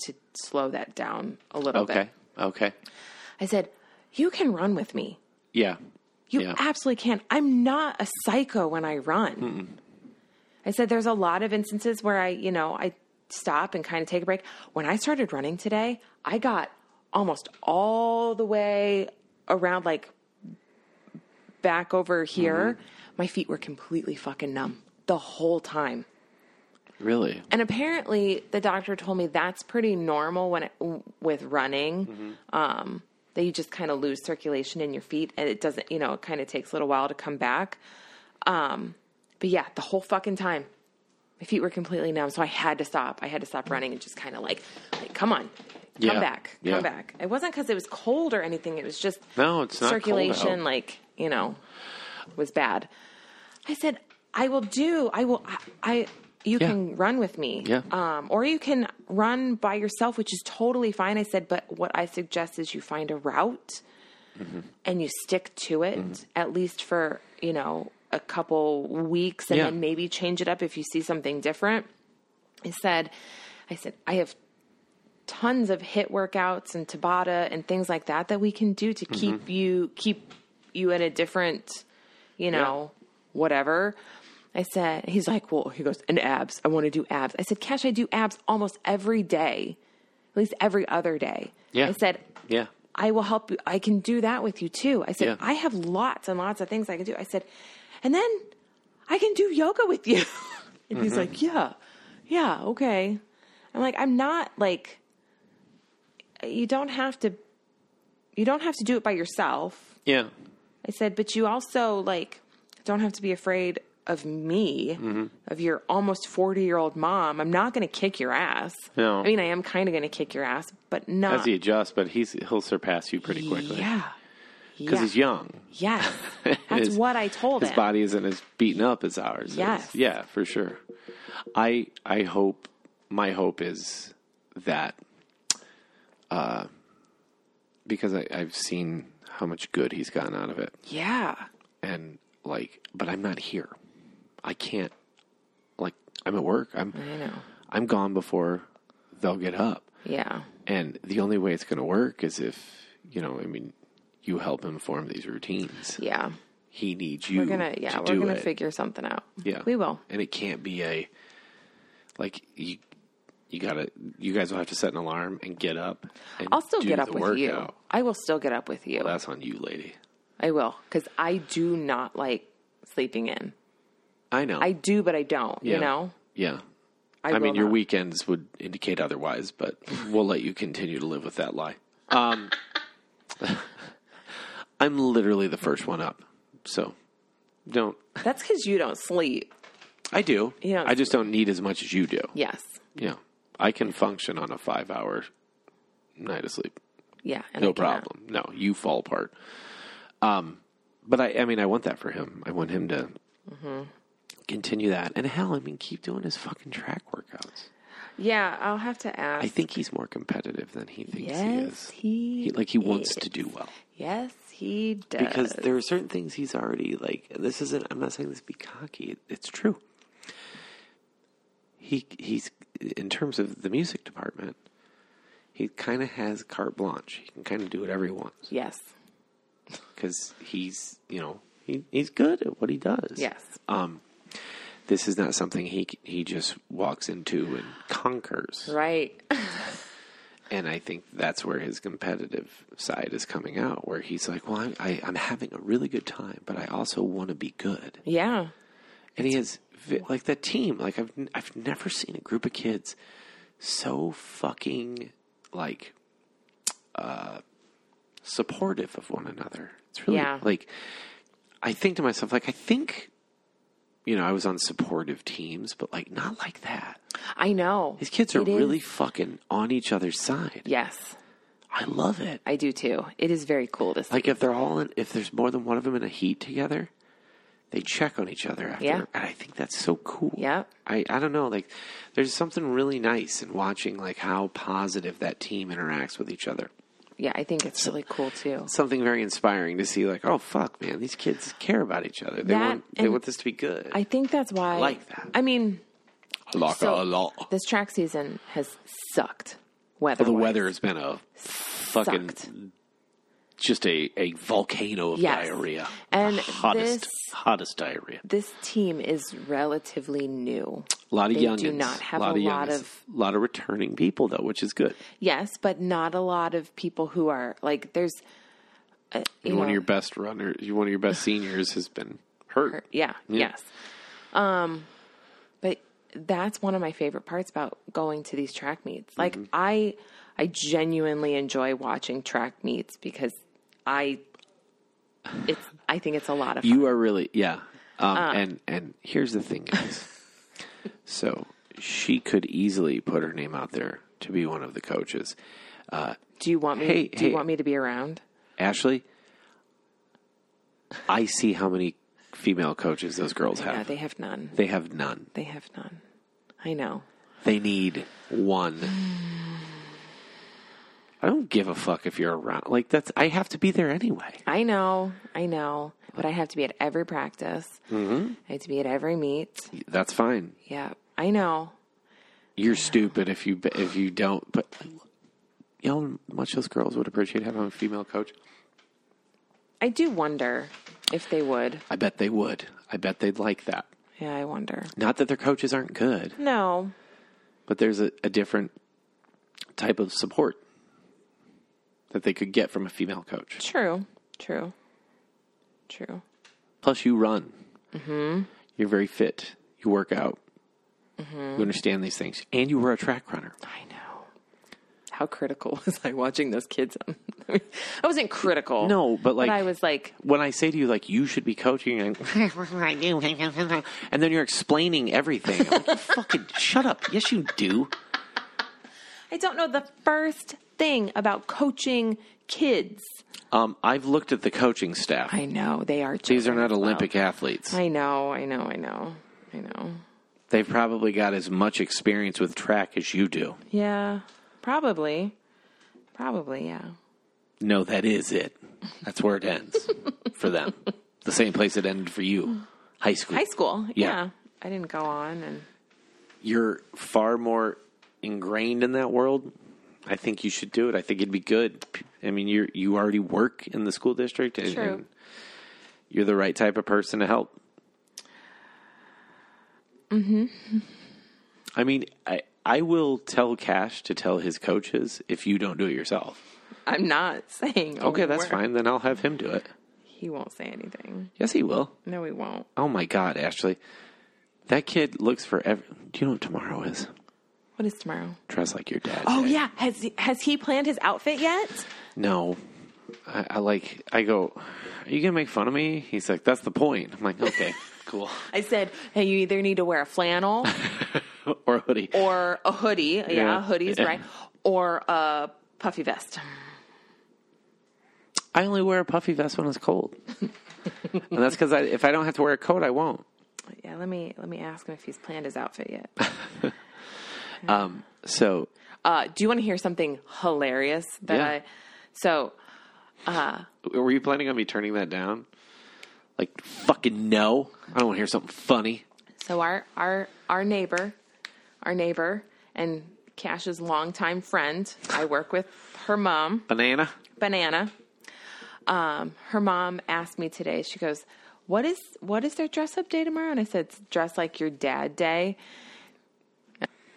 [SPEAKER 2] to slow that down a little bit.
[SPEAKER 3] Okay. Okay.
[SPEAKER 2] I said, You can run with me.
[SPEAKER 3] Yeah.
[SPEAKER 2] You
[SPEAKER 3] yeah.
[SPEAKER 2] absolutely can. I'm not a psycho when I run. I said, There's a lot of instances where I, you know, I stop and kind of take a break. When I started running today, I got almost all the way around like back over here. My feet were completely fucking numb the whole time.
[SPEAKER 3] really.
[SPEAKER 2] And apparently, the doctor told me that's pretty normal when it, with running,
[SPEAKER 3] Mm-hmm.
[SPEAKER 2] um, that you just kind of lose circulation in your feet, and it doesn't, you know, it kind of takes a little while to come back. Um, but yeah, the whole fucking time, my feet were completely numb, so I had to stop. I had to stop running and just kind of like, like, come on, come
[SPEAKER 3] Yeah.
[SPEAKER 2] back, come
[SPEAKER 3] Yeah.
[SPEAKER 2] back. It wasn't because it was cold or anything. It was just
[SPEAKER 3] No, it's not cold
[SPEAKER 2] circulation,
[SPEAKER 3] out.
[SPEAKER 2] like you know, was bad. I said, I will do. I will. I. I you
[SPEAKER 3] Yeah.
[SPEAKER 2] can run with me,
[SPEAKER 3] Yeah.
[SPEAKER 2] um, or you can run by yourself, which is totally fine. I said, but what I suggest is you find a route
[SPEAKER 3] Mm-hmm.
[SPEAKER 2] and you stick to it at least for you know a couple weeks, and
[SPEAKER 3] Yeah.
[SPEAKER 2] then maybe change it up if you see something different. I said, I said, I have tons of hit workouts and Tabata and things like that that we can do to keep you keep you at a different, you know, whatever. I said, he's like, well, he goes, and abs. I want to do abs. I said, Cash, I do abs almost every day, at least every other day.
[SPEAKER 3] Yeah.
[SPEAKER 2] I said,
[SPEAKER 3] Yeah.
[SPEAKER 2] I will help you. I can do that with you too. I said,
[SPEAKER 3] Yeah.
[SPEAKER 2] I have lots and lots of things I can do. I said, and then I can do yoga with you. and
[SPEAKER 3] Mm-hmm.
[SPEAKER 2] he's like, yeah, yeah, okay. I'm like, I'm not like, you don't have to, you don't have to do it by yourself.
[SPEAKER 3] Yeah.
[SPEAKER 2] I said, but you also like don't have to be afraid of me,
[SPEAKER 3] Mm-hmm.
[SPEAKER 2] of your almost 40 year old mom. I'm not going to kick your ass.
[SPEAKER 3] No.
[SPEAKER 2] I mean, I am kind of going to kick your ass, but not.
[SPEAKER 3] As he adjusts, but he's he'll surpass you pretty quickly
[SPEAKER 2] Yeah.
[SPEAKER 3] because
[SPEAKER 2] Yeah.
[SPEAKER 3] he's young.
[SPEAKER 2] Yes. That's
[SPEAKER 3] His-
[SPEAKER 2] what I told
[SPEAKER 3] His
[SPEAKER 2] him.
[SPEAKER 3] body isn't as beaten up as ours. is.
[SPEAKER 2] Yes.
[SPEAKER 3] Yeah, for sure. I I hope my hope is that uh because I, I've seen how much good he's gotten out of it.
[SPEAKER 2] Yeah.
[SPEAKER 3] And like but I'm not here. I can't like I'm at work. I'm
[SPEAKER 2] I know.
[SPEAKER 3] I'm gone before they'll get up.
[SPEAKER 2] Yeah.
[SPEAKER 3] And the only way it's gonna work is if, you know, I mean, you help him form these routines.
[SPEAKER 2] Yeah.
[SPEAKER 3] He needs you.
[SPEAKER 2] We're going to, yeah,
[SPEAKER 3] to
[SPEAKER 2] we're
[SPEAKER 3] do
[SPEAKER 2] going to
[SPEAKER 3] it.
[SPEAKER 2] figure something out.
[SPEAKER 3] Yeah,
[SPEAKER 2] We will.
[SPEAKER 3] And it can't be a like you. You gotta. You guys will have to set an alarm and get up. And
[SPEAKER 2] I'll still
[SPEAKER 3] do
[SPEAKER 2] get up
[SPEAKER 3] the
[SPEAKER 2] with you.
[SPEAKER 3] workout.
[SPEAKER 2] I will still get up with you.
[SPEAKER 3] Well, that's on you, lady.
[SPEAKER 2] I will. Cause I do not like sleeping in.
[SPEAKER 3] I know.
[SPEAKER 2] I do, but I don't,
[SPEAKER 3] Yeah.
[SPEAKER 2] you know?
[SPEAKER 3] Yeah.
[SPEAKER 2] I,
[SPEAKER 3] I,
[SPEAKER 2] will
[SPEAKER 3] mean, your
[SPEAKER 2] not.
[SPEAKER 3] weekends would indicate otherwise, but we'll let you continue to live with that lie. Um, I'm literally the first one up, so don't.
[SPEAKER 2] That's because you don't sleep.
[SPEAKER 3] I do.
[SPEAKER 2] You don't-
[SPEAKER 3] I just don't need as much as you do.
[SPEAKER 2] Yes.
[SPEAKER 3] Yeah. I can function on a five-hour night of sleep.
[SPEAKER 2] Yeah. and
[SPEAKER 3] no
[SPEAKER 2] I cannot.
[SPEAKER 3] problem. No, you fall apart. Um, but I, I mean, I want that for him. I want him to
[SPEAKER 2] Mm-hmm.
[SPEAKER 3] continue that, and hell, I mean, keep doing his fucking track workouts.
[SPEAKER 2] Yeah, I'll have to ask.
[SPEAKER 3] I think he's more competitive than he thinks he
[SPEAKER 2] yes,
[SPEAKER 3] is.
[SPEAKER 2] he,
[SPEAKER 3] He- like he wants to do well
[SPEAKER 2] Yes, he does.
[SPEAKER 3] because there are certain things he's already like. This isn't. I'm not saying this to be cocky. It- It's true. He he's in terms of the music department. He kind of has carte blanche. He can kind of do whatever he wants.
[SPEAKER 2] yes,
[SPEAKER 3] because he's you know he, he's good at what he does.
[SPEAKER 2] yes,
[SPEAKER 3] Um, this is not something he he just walks into and conquers.
[SPEAKER 2] right.
[SPEAKER 3] And I think that's where his competitive side is coming out, where he's like, "Well, I, I, I'm having a really good time, but I also want to be good."
[SPEAKER 2] Yeah,
[SPEAKER 3] And he has vi- like that team. Like I've n- I've never seen a group of kids so fucking like uh supportive of one another. It's really
[SPEAKER 2] Yeah.
[SPEAKER 3] like I think to myself like I think you know, I was on supportive teams, but like not like that.
[SPEAKER 2] I know.
[SPEAKER 3] These kids are
[SPEAKER 2] It is-
[SPEAKER 3] really fucking on each other's side.
[SPEAKER 2] Yes,
[SPEAKER 3] I love it.
[SPEAKER 2] I do too. It is very cool to see.
[SPEAKER 3] Like if they're all in, if there's more than one of them in a heat together, they check on each other after,
[SPEAKER 2] Yeah.
[SPEAKER 3] and I think that's so cool.
[SPEAKER 2] Yep.
[SPEAKER 3] I I don't know, like there's something really nice in watching like how positive that team interacts with each other.
[SPEAKER 2] yeah, I think it's really cool too.
[SPEAKER 3] Something very inspiring to see. Like, oh fuck, man, these kids care about each other. They
[SPEAKER 2] That
[SPEAKER 3] want they
[SPEAKER 2] and-
[SPEAKER 3] want this to be good.
[SPEAKER 2] I think that's why. I
[SPEAKER 3] like that.
[SPEAKER 2] I mean,
[SPEAKER 3] like
[SPEAKER 2] so
[SPEAKER 3] a lot.
[SPEAKER 2] this track season has sucked. Weather.
[SPEAKER 3] The weather has been a fucking
[SPEAKER 2] Sucked.
[SPEAKER 3] just a a volcano of
[SPEAKER 2] Yes.
[SPEAKER 3] diarrhea.
[SPEAKER 2] And
[SPEAKER 3] The hottest
[SPEAKER 2] this-
[SPEAKER 3] hottest diarrhea.
[SPEAKER 2] This team is relatively new.
[SPEAKER 3] A lot of
[SPEAKER 2] They
[SPEAKER 3] youngins.
[SPEAKER 2] do not have a lot
[SPEAKER 3] youngins.
[SPEAKER 2] of-
[SPEAKER 3] lot of returning people though, which is good.
[SPEAKER 2] Yes, but not a lot of people who are like. There's. Uh,
[SPEAKER 3] one
[SPEAKER 2] you know,
[SPEAKER 3] of your best runners, you- one of your best seniors has been hurt.
[SPEAKER 2] Yeah, yes. Um, but that's one of my favorite parts about going to these track meets.
[SPEAKER 3] Mm-hmm.
[SPEAKER 2] Like I, I genuinely enjoy watching track meets because I, it's I think it's a lot of fun.
[SPEAKER 3] You are really yeah. Um,
[SPEAKER 2] Uh.
[SPEAKER 3] and and here's the thing, guys. so she could easily put her name out there to be one of the coaches.
[SPEAKER 2] do you want me?
[SPEAKER 3] Hey,
[SPEAKER 2] do
[SPEAKER 3] hey.
[SPEAKER 2] you want me to be around?
[SPEAKER 3] Ashley, I see how many female coaches those girls
[SPEAKER 2] Yeah,
[SPEAKER 3] have.
[SPEAKER 2] they have none.
[SPEAKER 3] they have none.
[SPEAKER 2] They have none. I know.
[SPEAKER 3] They need one. I don't give a fuck if you're around. Like that's I have to be there anyway.
[SPEAKER 2] I know. I know. But I have to be at every practice. Mm-hmm. I have to be at every meet.
[SPEAKER 3] That's fine.
[SPEAKER 2] Yeah, I know.
[SPEAKER 3] You're stupid if you if you don't. But you know how much those girls would appreciate having a female coach.
[SPEAKER 2] I do wonder if they would.
[SPEAKER 3] I bet they would. I bet they'd like that.
[SPEAKER 2] Yeah, I wonder.
[SPEAKER 3] Not that their coaches aren't good,
[SPEAKER 2] No.
[SPEAKER 3] but there's a, a different type of support. that they could get from a female coach.
[SPEAKER 2] True. True. True.
[SPEAKER 3] Plus, you run. Mm-hmm. You're very fit. You work out.
[SPEAKER 2] Mm-hmm.
[SPEAKER 3] You understand these things, and you were a track runner.
[SPEAKER 2] I know. How critical was I watching those kids? I mean, I wasn't critical.
[SPEAKER 3] No, but like
[SPEAKER 2] I was like,
[SPEAKER 3] when I say to you like you should be coaching, you're like, and then you're explaining everything. I'm like, Fucking shut up! Yes, you do.
[SPEAKER 2] I don't know the first thing about coaching kids.
[SPEAKER 3] Um, I've looked at the coaching staff.
[SPEAKER 2] I know they are.
[SPEAKER 3] These are
[SPEAKER 2] children
[SPEAKER 3] not
[SPEAKER 2] as well.
[SPEAKER 3] Olympic athletes.
[SPEAKER 2] I know. I know. I know. I know.
[SPEAKER 3] They've probably got as much experience with track as you do.
[SPEAKER 2] Yeah, probably. Probably. Yeah.
[SPEAKER 3] No, that is it. That's where it ends for them. The same place it ended for you, high school.
[SPEAKER 2] High school.
[SPEAKER 3] Yeah.
[SPEAKER 2] yeah. I didn't go on and.
[SPEAKER 3] You're far more ingrained in that world. I think you should do it. I think it'd be good. I mean, you are you already work in the school district, and,
[SPEAKER 2] True.
[SPEAKER 3] and you're the right type of person to help. Mm-hmm. I mean, I I will tell Cash to tell his coaches if you don't do it yourself.
[SPEAKER 2] I'm not saying. a
[SPEAKER 3] Okay, that's
[SPEAKER 2] word.
[SPEAKER 3] fine. Then I'll have him do it.
[SPEAKER 2] He won't say anything.
[SPEAKER 3] Yes, he will.
[SPEAKER 2] No, he won't.
[SPEAKER 3] Oh my God, Ashley, that kid looks for every. Do you know what tomorrow is?
[SPEAKER 2] What is tomorrow?
[SPEAKER 3] Dress like your dad.
[SPEAKER 2] Oh
[SPEAKER 3] Day.
[SPEAKER 2] yeah. Has he, has he planned his outfit yet?
[SPEAKER 3] No, I, I like. I go. Are you gonna make fun of me? He's like, that's the point. I'm like, okay, cool.
[SPEAKER 2] I said, hey, you either need to wear a flannel
[SPEAKER 3] Or a hoodie.
[SPEAKER 2] or a hoodie. Yeah,
[SPEAKER 3] Yeah.
[SPEAKER 2] hoodies, right? Or a puffy vest.
[SPEAKER 3] I only wear a puffy vest when it's cold, and that's because I, if I don't have to wear a coat, I won't.
[SPEAKER 2] Yeah, let me let me ask him if he's planned his outfit yet.
[SPEAKER 3] So
[SPEAKER 2] Uh, do you want to hear something hilarious that
[SPEAKER 3] Yeah.
[SPEAKER 2] I? So
[SPEAKER 3] Were you planning on me turning that down? Like fucking no. I don't want to hear something funny.
[SPEAKER 2] So our our our neighbor, our neighbor, and Cash's longtime friend. I work with her mom,
[SPEAKER 3] Banana.
[SPEAKER 2] Banana. Um, her mom asked me today. She goes, "What is what is their dress up day tomorrow?" And I said, it's "Dress like your dad day."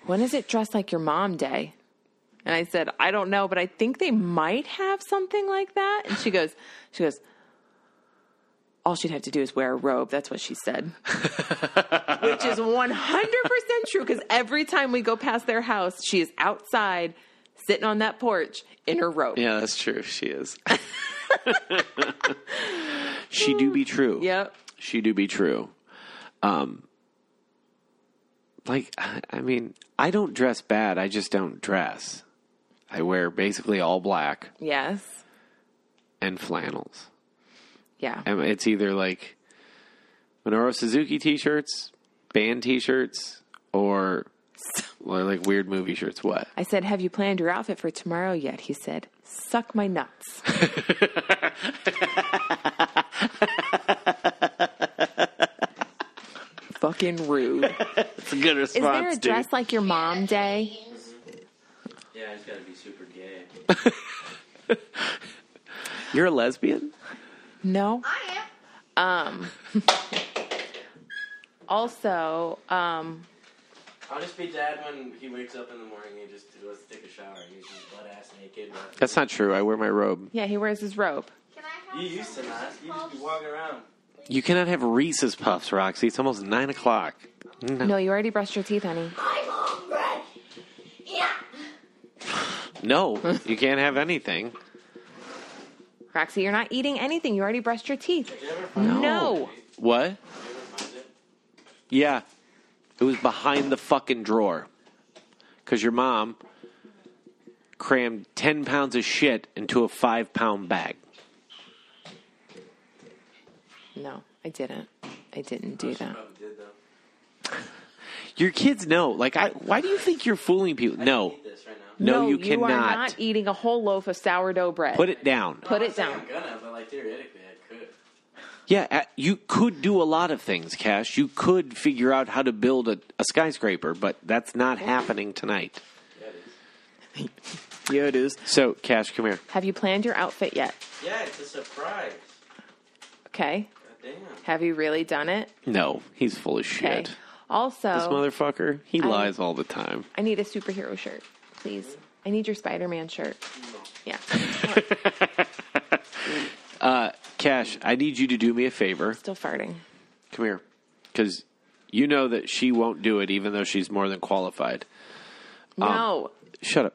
[SPEAKER 2] When is it dress like your mom day? And I said, "I don't know, but I think they might have something like that." And she goes, "She goes." All she'd have to do is wear a robe. That's what she said which is 100% true because every time we go past their house, she is outside sitting on that porch in her robe.
[SPEAKER 3] Yeah, that's true. She is. she do be true.
[SPEAKER 2] Yep.
[SPEAKER 3] She do be true. Um like I I mean, I don't dress bad. I just don't dress. I wear basically all black
[SPEAKER 2] Yes.
[SPEAKER 3] and flannels.
[SPEAKER 2] Yeah.
[SPEAKER 3] And it's either like Minoru Suzuki t-shirts, band t-shirts or or like weird movie shirts. What?
[SPEAKER 2] I said, Have you planned your outfit for tomorrow yet? He said, Suck my nuts. Fucking rude.
[SPEAKER 3] It's a good response,
[SPEAKER 2] Is there a dress like your mom day?
[SPEAKER 5] Yeah, he's gotta be super gay.
[SPEAKER 3] You're a lesbian?
[SPEAKER 2] No.
[SPEAKER 4] I am.
[SPEAKER 2] Also, um,
[SPEAKER 5] I'll just be dad when he wakes up in the morning and just let's take a shower and he's just butt ass naked.
[SPEAKER 3] That's not true. I wear my robe.
[SPEAKER 2] yeah, he wears his robe.
[SPEAKER 4] Can I have
[SPEAKER 5] You used to
[SPEAKER 4] some
[SPEAKER 5] not.
[SPEAKER 4] Reese's
[SPEAKER 5] You just be
[SPEAKER 4] Puffs?
[SPEAKER 5] walking around.
[SPEAKER 3] You cannot have Reese's Puffs, Roxy. It's almost nine o'clock.
[SPEAKER 2] No, you already brushed your teeth, honey.
[SPEAKER 4] I'm hungry. Yeah.
[SPEAKER 3] No, you can't have anything.
[SPEAKER 2] Roxy, you're not eating anything. You already brushed your teeth.
[SPEAKER 5] Did you ever find,
[SPEAKER 2] No.
[SPEAKER 3] What?
[SPEAKER 5] did you ever find it?
[SPEAKER 3] Yeah. It was behind the fucking drawer. Because your mom crammed 10 pounds of shit into a five pound bag.
[SPEAKER 2] No, I didn't. I didn't do that.
[SPEAKER 5] Probably did though.
[SPEAKER 3] Your kids know. Like, I, why do you think you're fooling people? No.
[SPEAKER 5] Eat this right now.
[SPEAKER 3] No, you
[SPEAKER 2] are
[SPEAKER 3] cannot.
[SPEAKER 2] not e- eating a whole loaf of sourdough bread.
[SPEAKER 3] Put it down.
[SPEAKER 2] Put it
[SPEAKER 5] I'm saying
[SPEAKER 2] down.
[SPEAKER 5] I'm gonna, but like theoretically, I could.
[SPEAKER 3] Yeah, uh, you could do a lot of things, Cash. You could figure out how to build a, a skyscraper, but that's not happening tonight.
[SPEAKER 5] Yeah, it is.
[SPEAKER 3] Yeah, it is. So, Cash, come here.
[SPEAKER 2] Have you planned your outfit yet?
[SPEAKER 5] Yeah, it's a surprise.
[SPEAKER 2] Okay.
[SPEAKER 5] God damn.
[SPEAKER 2] Have you really done it?
[SPEAKER 3] No, he's full of shit.
[SPEAKER 2] Okay. Also,
[SPEAKER 3] This motherfucker, he lies all the time.
[SPEAKER 2] I need a superhero shirt, please. I need your Spider Man shirt. Yeah.
[SPEAKER 3] Cash, I need you to do me a favor.
[SPEAKER 2] Still farting.
[SPEAKER 3] Um, Come here. Because you know that she won't do it, even though she's more than qualified.
[SPEAKER 2] No.
[SPEAKER 3] Shut up.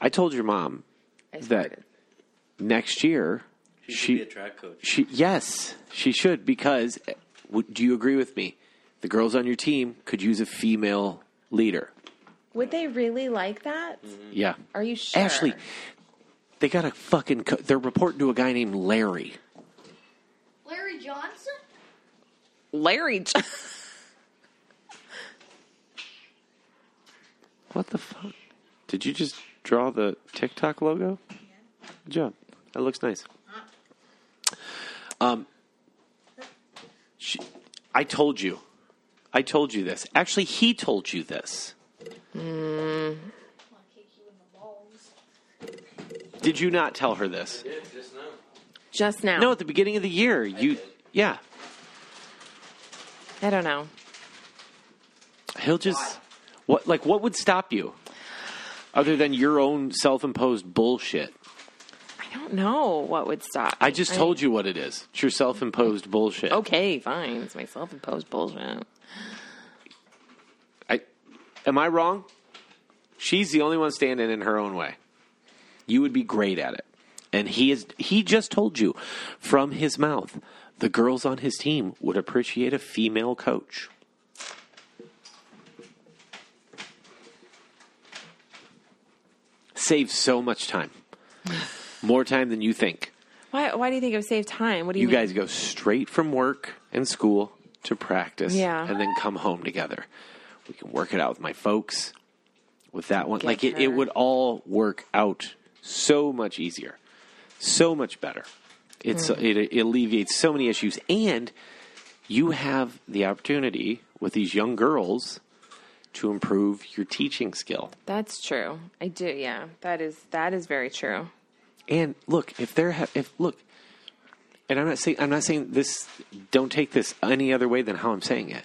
[SPEAKER 3] I told your mom
[SPEAKER 2] I
[SPEAKER 3] that
[SPEAKER 2] farted.
[SPEAKER 3] next year
[SPEAKER 5] She,
[SPEAKER 3] she
[SPEAKER 5] should be a track coach.
[SPEAKER 3] She yes, she should because eh, w- do you agree with me? The girls on your team could use a female leader.
[SPEAKER 2] Would they really like that?
[SPEAKER 3] Yeah.
[SPEAKER 2] Mm. Are you sure?
[SPEAKER 3] Ashley, they got a fucking co- they're reporting to a guy named Larry.
[SPEAKER 4] Larry Johnson?
[SPEAKER 2] Larry. J-
[SPEAKER 3] What the fuck? Did you just draw the TikTok logo? Good job. That looks nice. Um, she, I told you. I told you this. Actually, he told you this.
[SPEAKER 4] I'm gonna kick you in the balls.
[SPEAKER 3] Did you not tell her this?
[SPEAKER 5] Yeah, just know.
[SPEAKER 2] Just now.
[SPEAKER 3] No, at the beginning of the year, you yeah.
[SPEAKER 2] I don't know.
[SPEAKER 3] He'll just what like what would stop you other than your own self-imposed bullshit.
[SPEAKER 2] I don't know what would stop.
[SPEAKER 3] I just told you what it is. It's your self-imposed bullshit.
[SPEAKER 2] Okay, fine. It's my self-imposed bullshit.
[SPEAKER 3] I am I wrong? She's the only one standing in her own way. You would be great at it. And he is he just told you from his mouth the girls on his team would appreciate a female coach. Save so much time. More time than you think.
[SPEAKER 2] Why? Why do you think it would save time? What do you?
[SPEAKER 3] You
[SPEAKER 2] mean?
[SPEAKER 3] guys go straight from work and school to practice
[SPEAKER 2] Yeah.
[SPEAKER 3] and then come home together. We can work it out with my folks with that one.
[SPEAKER 2] Get
[SPEAKER 3] like it, it
[SPEAKER 2] her.
[SPEAKER 3] would all work out so much easier, so much better. It's
[SPEAKER 2] Hmm.
[SPEAKER 3] it, it alleviates so many issues and you have the opportunity with these young girls to improve your teaching skill.
[SPEAKER 2] That's true. I do. Yeah, that is that is very true.
[SPEAKER 3] And look, if they're ha- if look, and I'm not saying I'm not saying this. Don't take this any other way than how I'm saying it.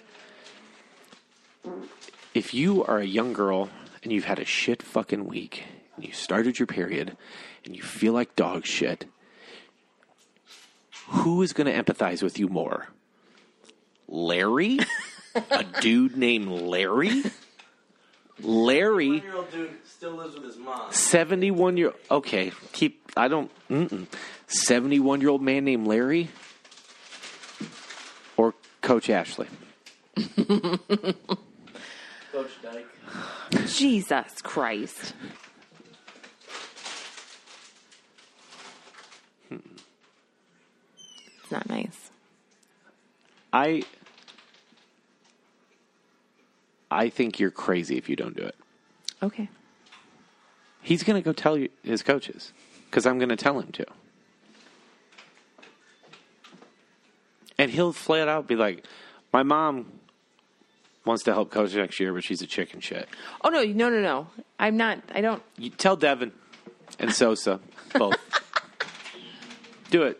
[SPEAKER 3] If you are a young girl and you've had a shit fucking week, and you started your period, and you feel like dog shit, who is going to empathize with you more? Larry, a dude named Larry. Larry.
[SPEAKER 5] Twenty-year-old dude still lives with his mom.
[SPEAKER 3] 71 year okay keep i don't mm-mm. 71 year old man named larry or coach ashley
[SPEAKER 5] Coach Dyke.
[SPEAKER 2] Jesus Christ. Hmm. It's not nice.
[SPEAKER 3] i i think you're crazy if you don't do it
[SPEAKER 2] Okay.
[SPEAKER 3] he's going to go tell you, his coaches because i'm going to tell him to and he'll flat out be like my mom wants to help coach next year but she's a chicken shit
[SPEAKER 2] Oh no, no, no, no. I'm not. I don't.
[SPEAKER 3] You tell Devin and Sosa both. Do it.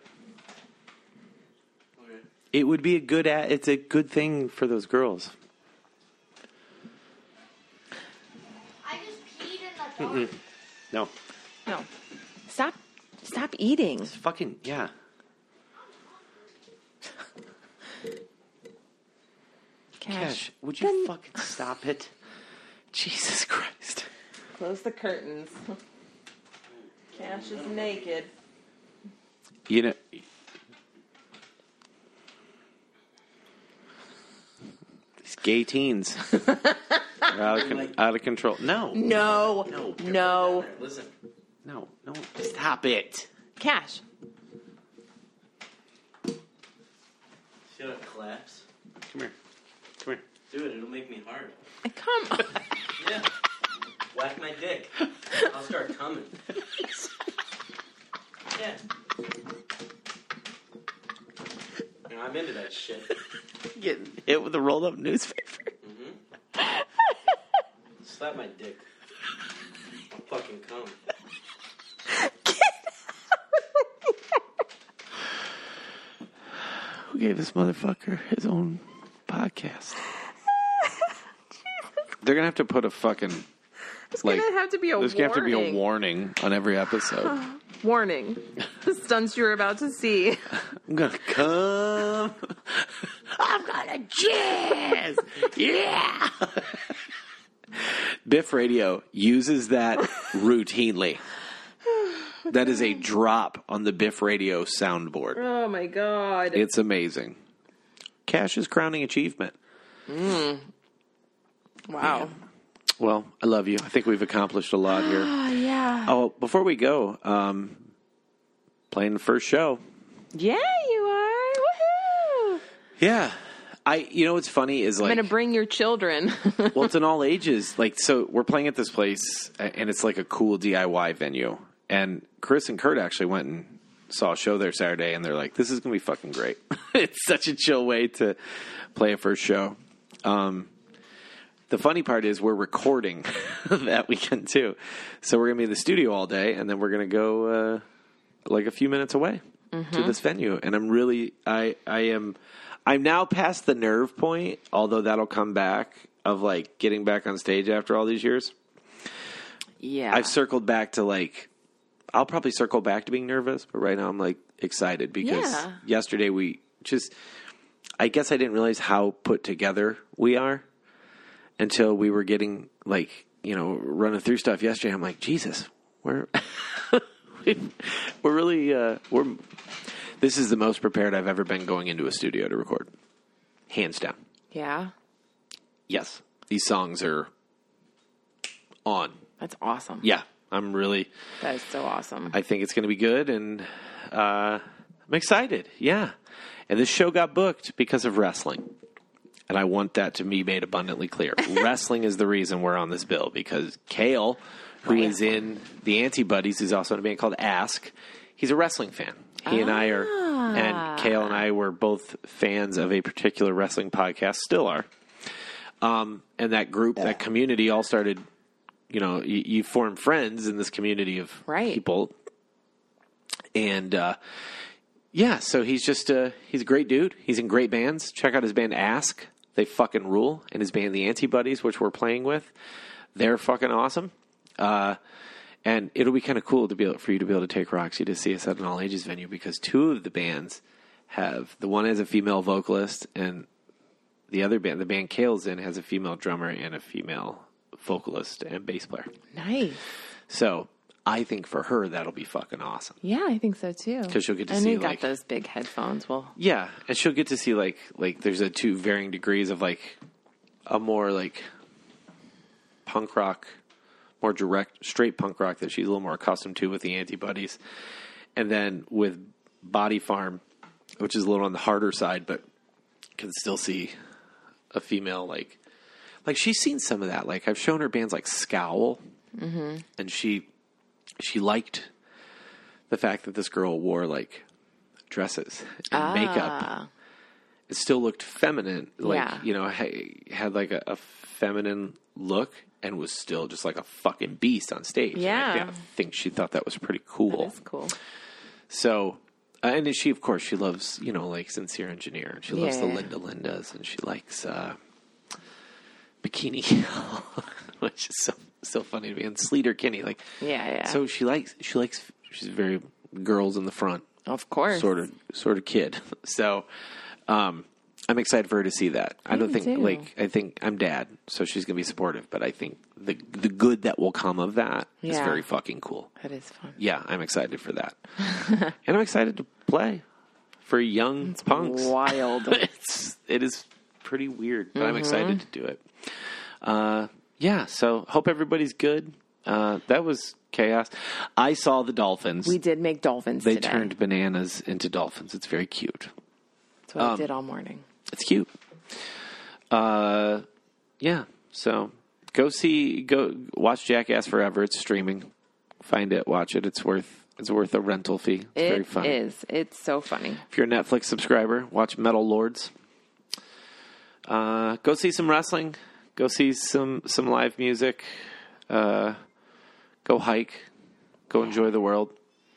[SPEAKER 5] Okay.
[SPEAKER 3] It would be a good. a It's a good thing for those girls.
[SPEAKER 4] I just peed in the dark.
[SPEAKER 3] No,
[SPEAKER 2] No. Stop. Stop eating.
[SPEAKER 3] fucking yeah. Cash, would you
[SPEAKER 2] Then-
[SPEAKER 3] fucking stop it? Jesus Christ.
[SPEAKER 2] Close the curtains. Cash is naked.
[SPEAKER 3] You know. These gay teens are out of, con- out of control. No,
[SPEAKER 2] No.
[SPEAKER 3] No.
[SPEAKER 2] No.
[SPEAKER 5] Listen.
[SPEAKER 3] no, no! Stop it!
[SPEAKER 2] Cash.
[SPEAKER 5] See how it claps?
[SPEAKER 3] Come here, come here.
[SPEAKER 5] Do it. It'll make me hard.
[SPEAKER 2] Come on.
[SPEAKER 5] Yeah. Whack my dick. I'll start coming. Yeah. You know, I'm into that shit.
[SPEAKER 3] getting hit with a rolled up newspaper.
[SPEAKER 5] Slap my dick. I'll fucking come.
[SPEAKER 3] Who gave this motherfucker his own podcast? They're gonna have to put a fucking
[SPEAKER 2] There's
[SPEAKER 3] Like,
[SPEAKER 2] gonna have to be a
[SPEAKER 3] there's
[SPEAKER 2] warning.
[SPEAKER 3] gonna have to be a warning on every episode.
[SPEAKER 2] warning. The stunts you're about to see.
[SPEAKER 3] I'm gonna come. I'm gonna jizz. yeah. Biff Radio uses that routinely. That is a drop on the Biff Radio soundboard.
[SPEAKER 2] Oh my god.
[SPEAKER 3] It's amazing. Cash's crowning achievement.
[SPEAKER 2] wow.
[SPEAKER 3] Well, I love you. I think we've accomplished a lot here.
[SPEAKER 2] Oh yeah.
[SPEAKER 3] Oh, before we go, um, playing the first show.
[SPEAKER 2] Yeah, you are. Woohoo!
[SPEAKER 3] Yeah. I, you know, what's funny is
[SPEAKER 2] I'm
[SPEAKER 3] like,
[SPEAKER 2] gonna bring your children.
[SPEAKER 3] well, it's in all ages. Like, so we're playing at this place, a- and it's like a cool DIY venue. And Chris and Kurt actually went and saw a show there Saturday, and they're like, "This is gonna be fucking great." it's such a chill way to play a first show. Um, the funny part is we're recording that weekend too, so we're gonna be in the studio all day, and then we're gonna go uh, like a few minutes away to this venue. And I'm really, I, I am, I'm now past the nerve point, although that'll come back of like getting back on stage after all these years.
[SPEAKER 2] yeah.
[SPEAKER 3] I've circled back to like, I'll probably circle back to being nervous, but right now I'm like excited because
[SPEAKER 2] Yeah.
[SPEAKER 3] yesterday we just, I guess I didn't realize how put together we are until we were getting like, you know, running through stuff yesterday. I'm like, Jesus, we're, we're really, uh, we're, this is the most prepared I've ever been going into a studio to record. Hands down.
[SPEAKER 2] yeah.
[SPEAKER 3] Yes. These songs are on.
[SPEAKER 2] That's awesome.
[SPEAKER 3] Yeah. I'm really,
[SPEAKER 2] That is so awesome.
[SPEAKER 3] I think it's going to be good, and uh, I'm excited. Yeah, and this show got booked because of wrestling, and I want that to be made abundantly clear. wrestling is the reason we're on this bill because Kale, who is in the Anti Buddies, who's also in a band called Ask, he's a wrestling fan. He and I are, and Kale and I were both fans of a particular wrestling podcast, still are. Um, and that group, that community, all started. You know, you, you form friends in this community of
[SPEAKER 2] Right.
[SPEAKER 3] people, and uh, yeah, so he's just uh, he's a great dude. He's in great bands. Check out his band Ask; they fucking rule. And his band The Anti Buddies, which we're playing with, they're fucking awesome. Uh, and it'll be kind of cool to be able, for you to be able to take Roxy to see us at an all ages venue because two of the bands have the one has a female vocalist and the other band, the band Kale's in, has a female drummer and a female vocalist and bass player.
[SPEAKER 2] nice.
[SPEAKER 3] So I think for her that'll be fucking awesome.
[SPEAKER 2] Yeah, I think so too.
[SPEAKER 3] 'Cause you'll get to
[SPEAKER 2] and
[SPEAKER 3] see,
[SPEAKER 2] you got
[SPEAKER 3] like-
[SPEAKER 2] those big headphones. Well,
[SPEAKER 3] Yeah, and she'll get to see like like there's a two varying degrees of like a more like punk rock, more direct straight punk rock that she's a little more accustomed to with the anti buddies, and then with Body Farm, which is a little on the harder side, but can still see a female like like she's seen some of that. Like I've shown her bands like Scowl, and she she liked the fact that this girl wore like dresses and
[SPEAKER 2] Ah.
[SPEAKER 3] makeup. It still looked feminine, like
[SPEAKER 2] Yeah.
[SPEAKER 3] you know, ha- had like a, a feminine look, and was still just like a fucking beast on stage. And I,
[SPEAKER 2] Yeah.
[SPEAKER 3] thi- I think she thought that was pretty cool.
[SPEAKER 2] that's cool.
[SPEAKER 3] So, uh, and she, of course, she loves, you know, like Sincere Engineer. and She loves the
[SPEAKER 2] Yeah.
[SPEAKER 3] Linda Lindas and she likes uh, Bikini Kill, which is so, so funny to me. And Sleater Kinney. Like,
[SPEAKER 2] Yeah, yeah.
[SPEAKER 3] So she likes, she likes, she's very girls in the front
[SPEAKER 2] Of course.
[SPEAKER 3] sort of, sort of kid. So, um, I'm excited for her to see that. I don't
[SPEAKER 2] Me
[SPEAKER 3] think
[SPEAKER 2] too.
[SPEAKER 3] like I think I'm dad, so she's gonna be supportive. But I think the the good that will come of that is
[SPEAKER 2] Yeah.
[SPEAKER 3] very fucking cool
[SPEAKER 2] That is fun.
[SPEAKER 3] yeah, I'm excited for that. and I'm excited to play for young punks.
[SPEAKER 2] Wild. Mm-hmm.
[SPEAKER 3] it's it is pretty weird, but I'm excited to do it. Uh, yeah, so hope everybody's good. Uh, that was chaos. I saw the dolphins.
[SPEAKER 2] we did make dolphins
[SPEAKER 3] they
[SPEAKER 2] today.
[SPEAKER 3] turned bananas into dolphins. It's very cute.
[SPEAKER 2] That's what I did all morning.
[SPEAKER 3] It's cute. Uh, yeah. So go see, go watch Jackass Forever. It's streaming. Find it, watch it. It's worth it's worth a rental fee. It's very
[SPEAKER 2] It
[SPEAKER 3] fun.
[SPEAKER 2] is. It's so funny.
[SPEAKER 3] If you're a Netflix subscriber, watch Metal Lords. Uh, go see some wrestling. Go see some some live music. Uh, go hike. Go enjoy the world.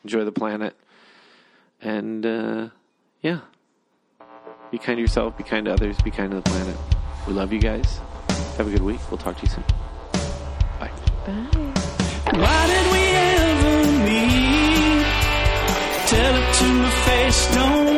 [SPEAKER 3] Enjoy the planet. And uh, yeah, be kind to yourself. Be kind to others. Be kind to the planet. We love you guys. Have a good week. We'll talk to you soon. Bye.
[SPEAKER 2] Bye.
[SPEAKER 1] Why did we ever meet? Tell it to my face, don't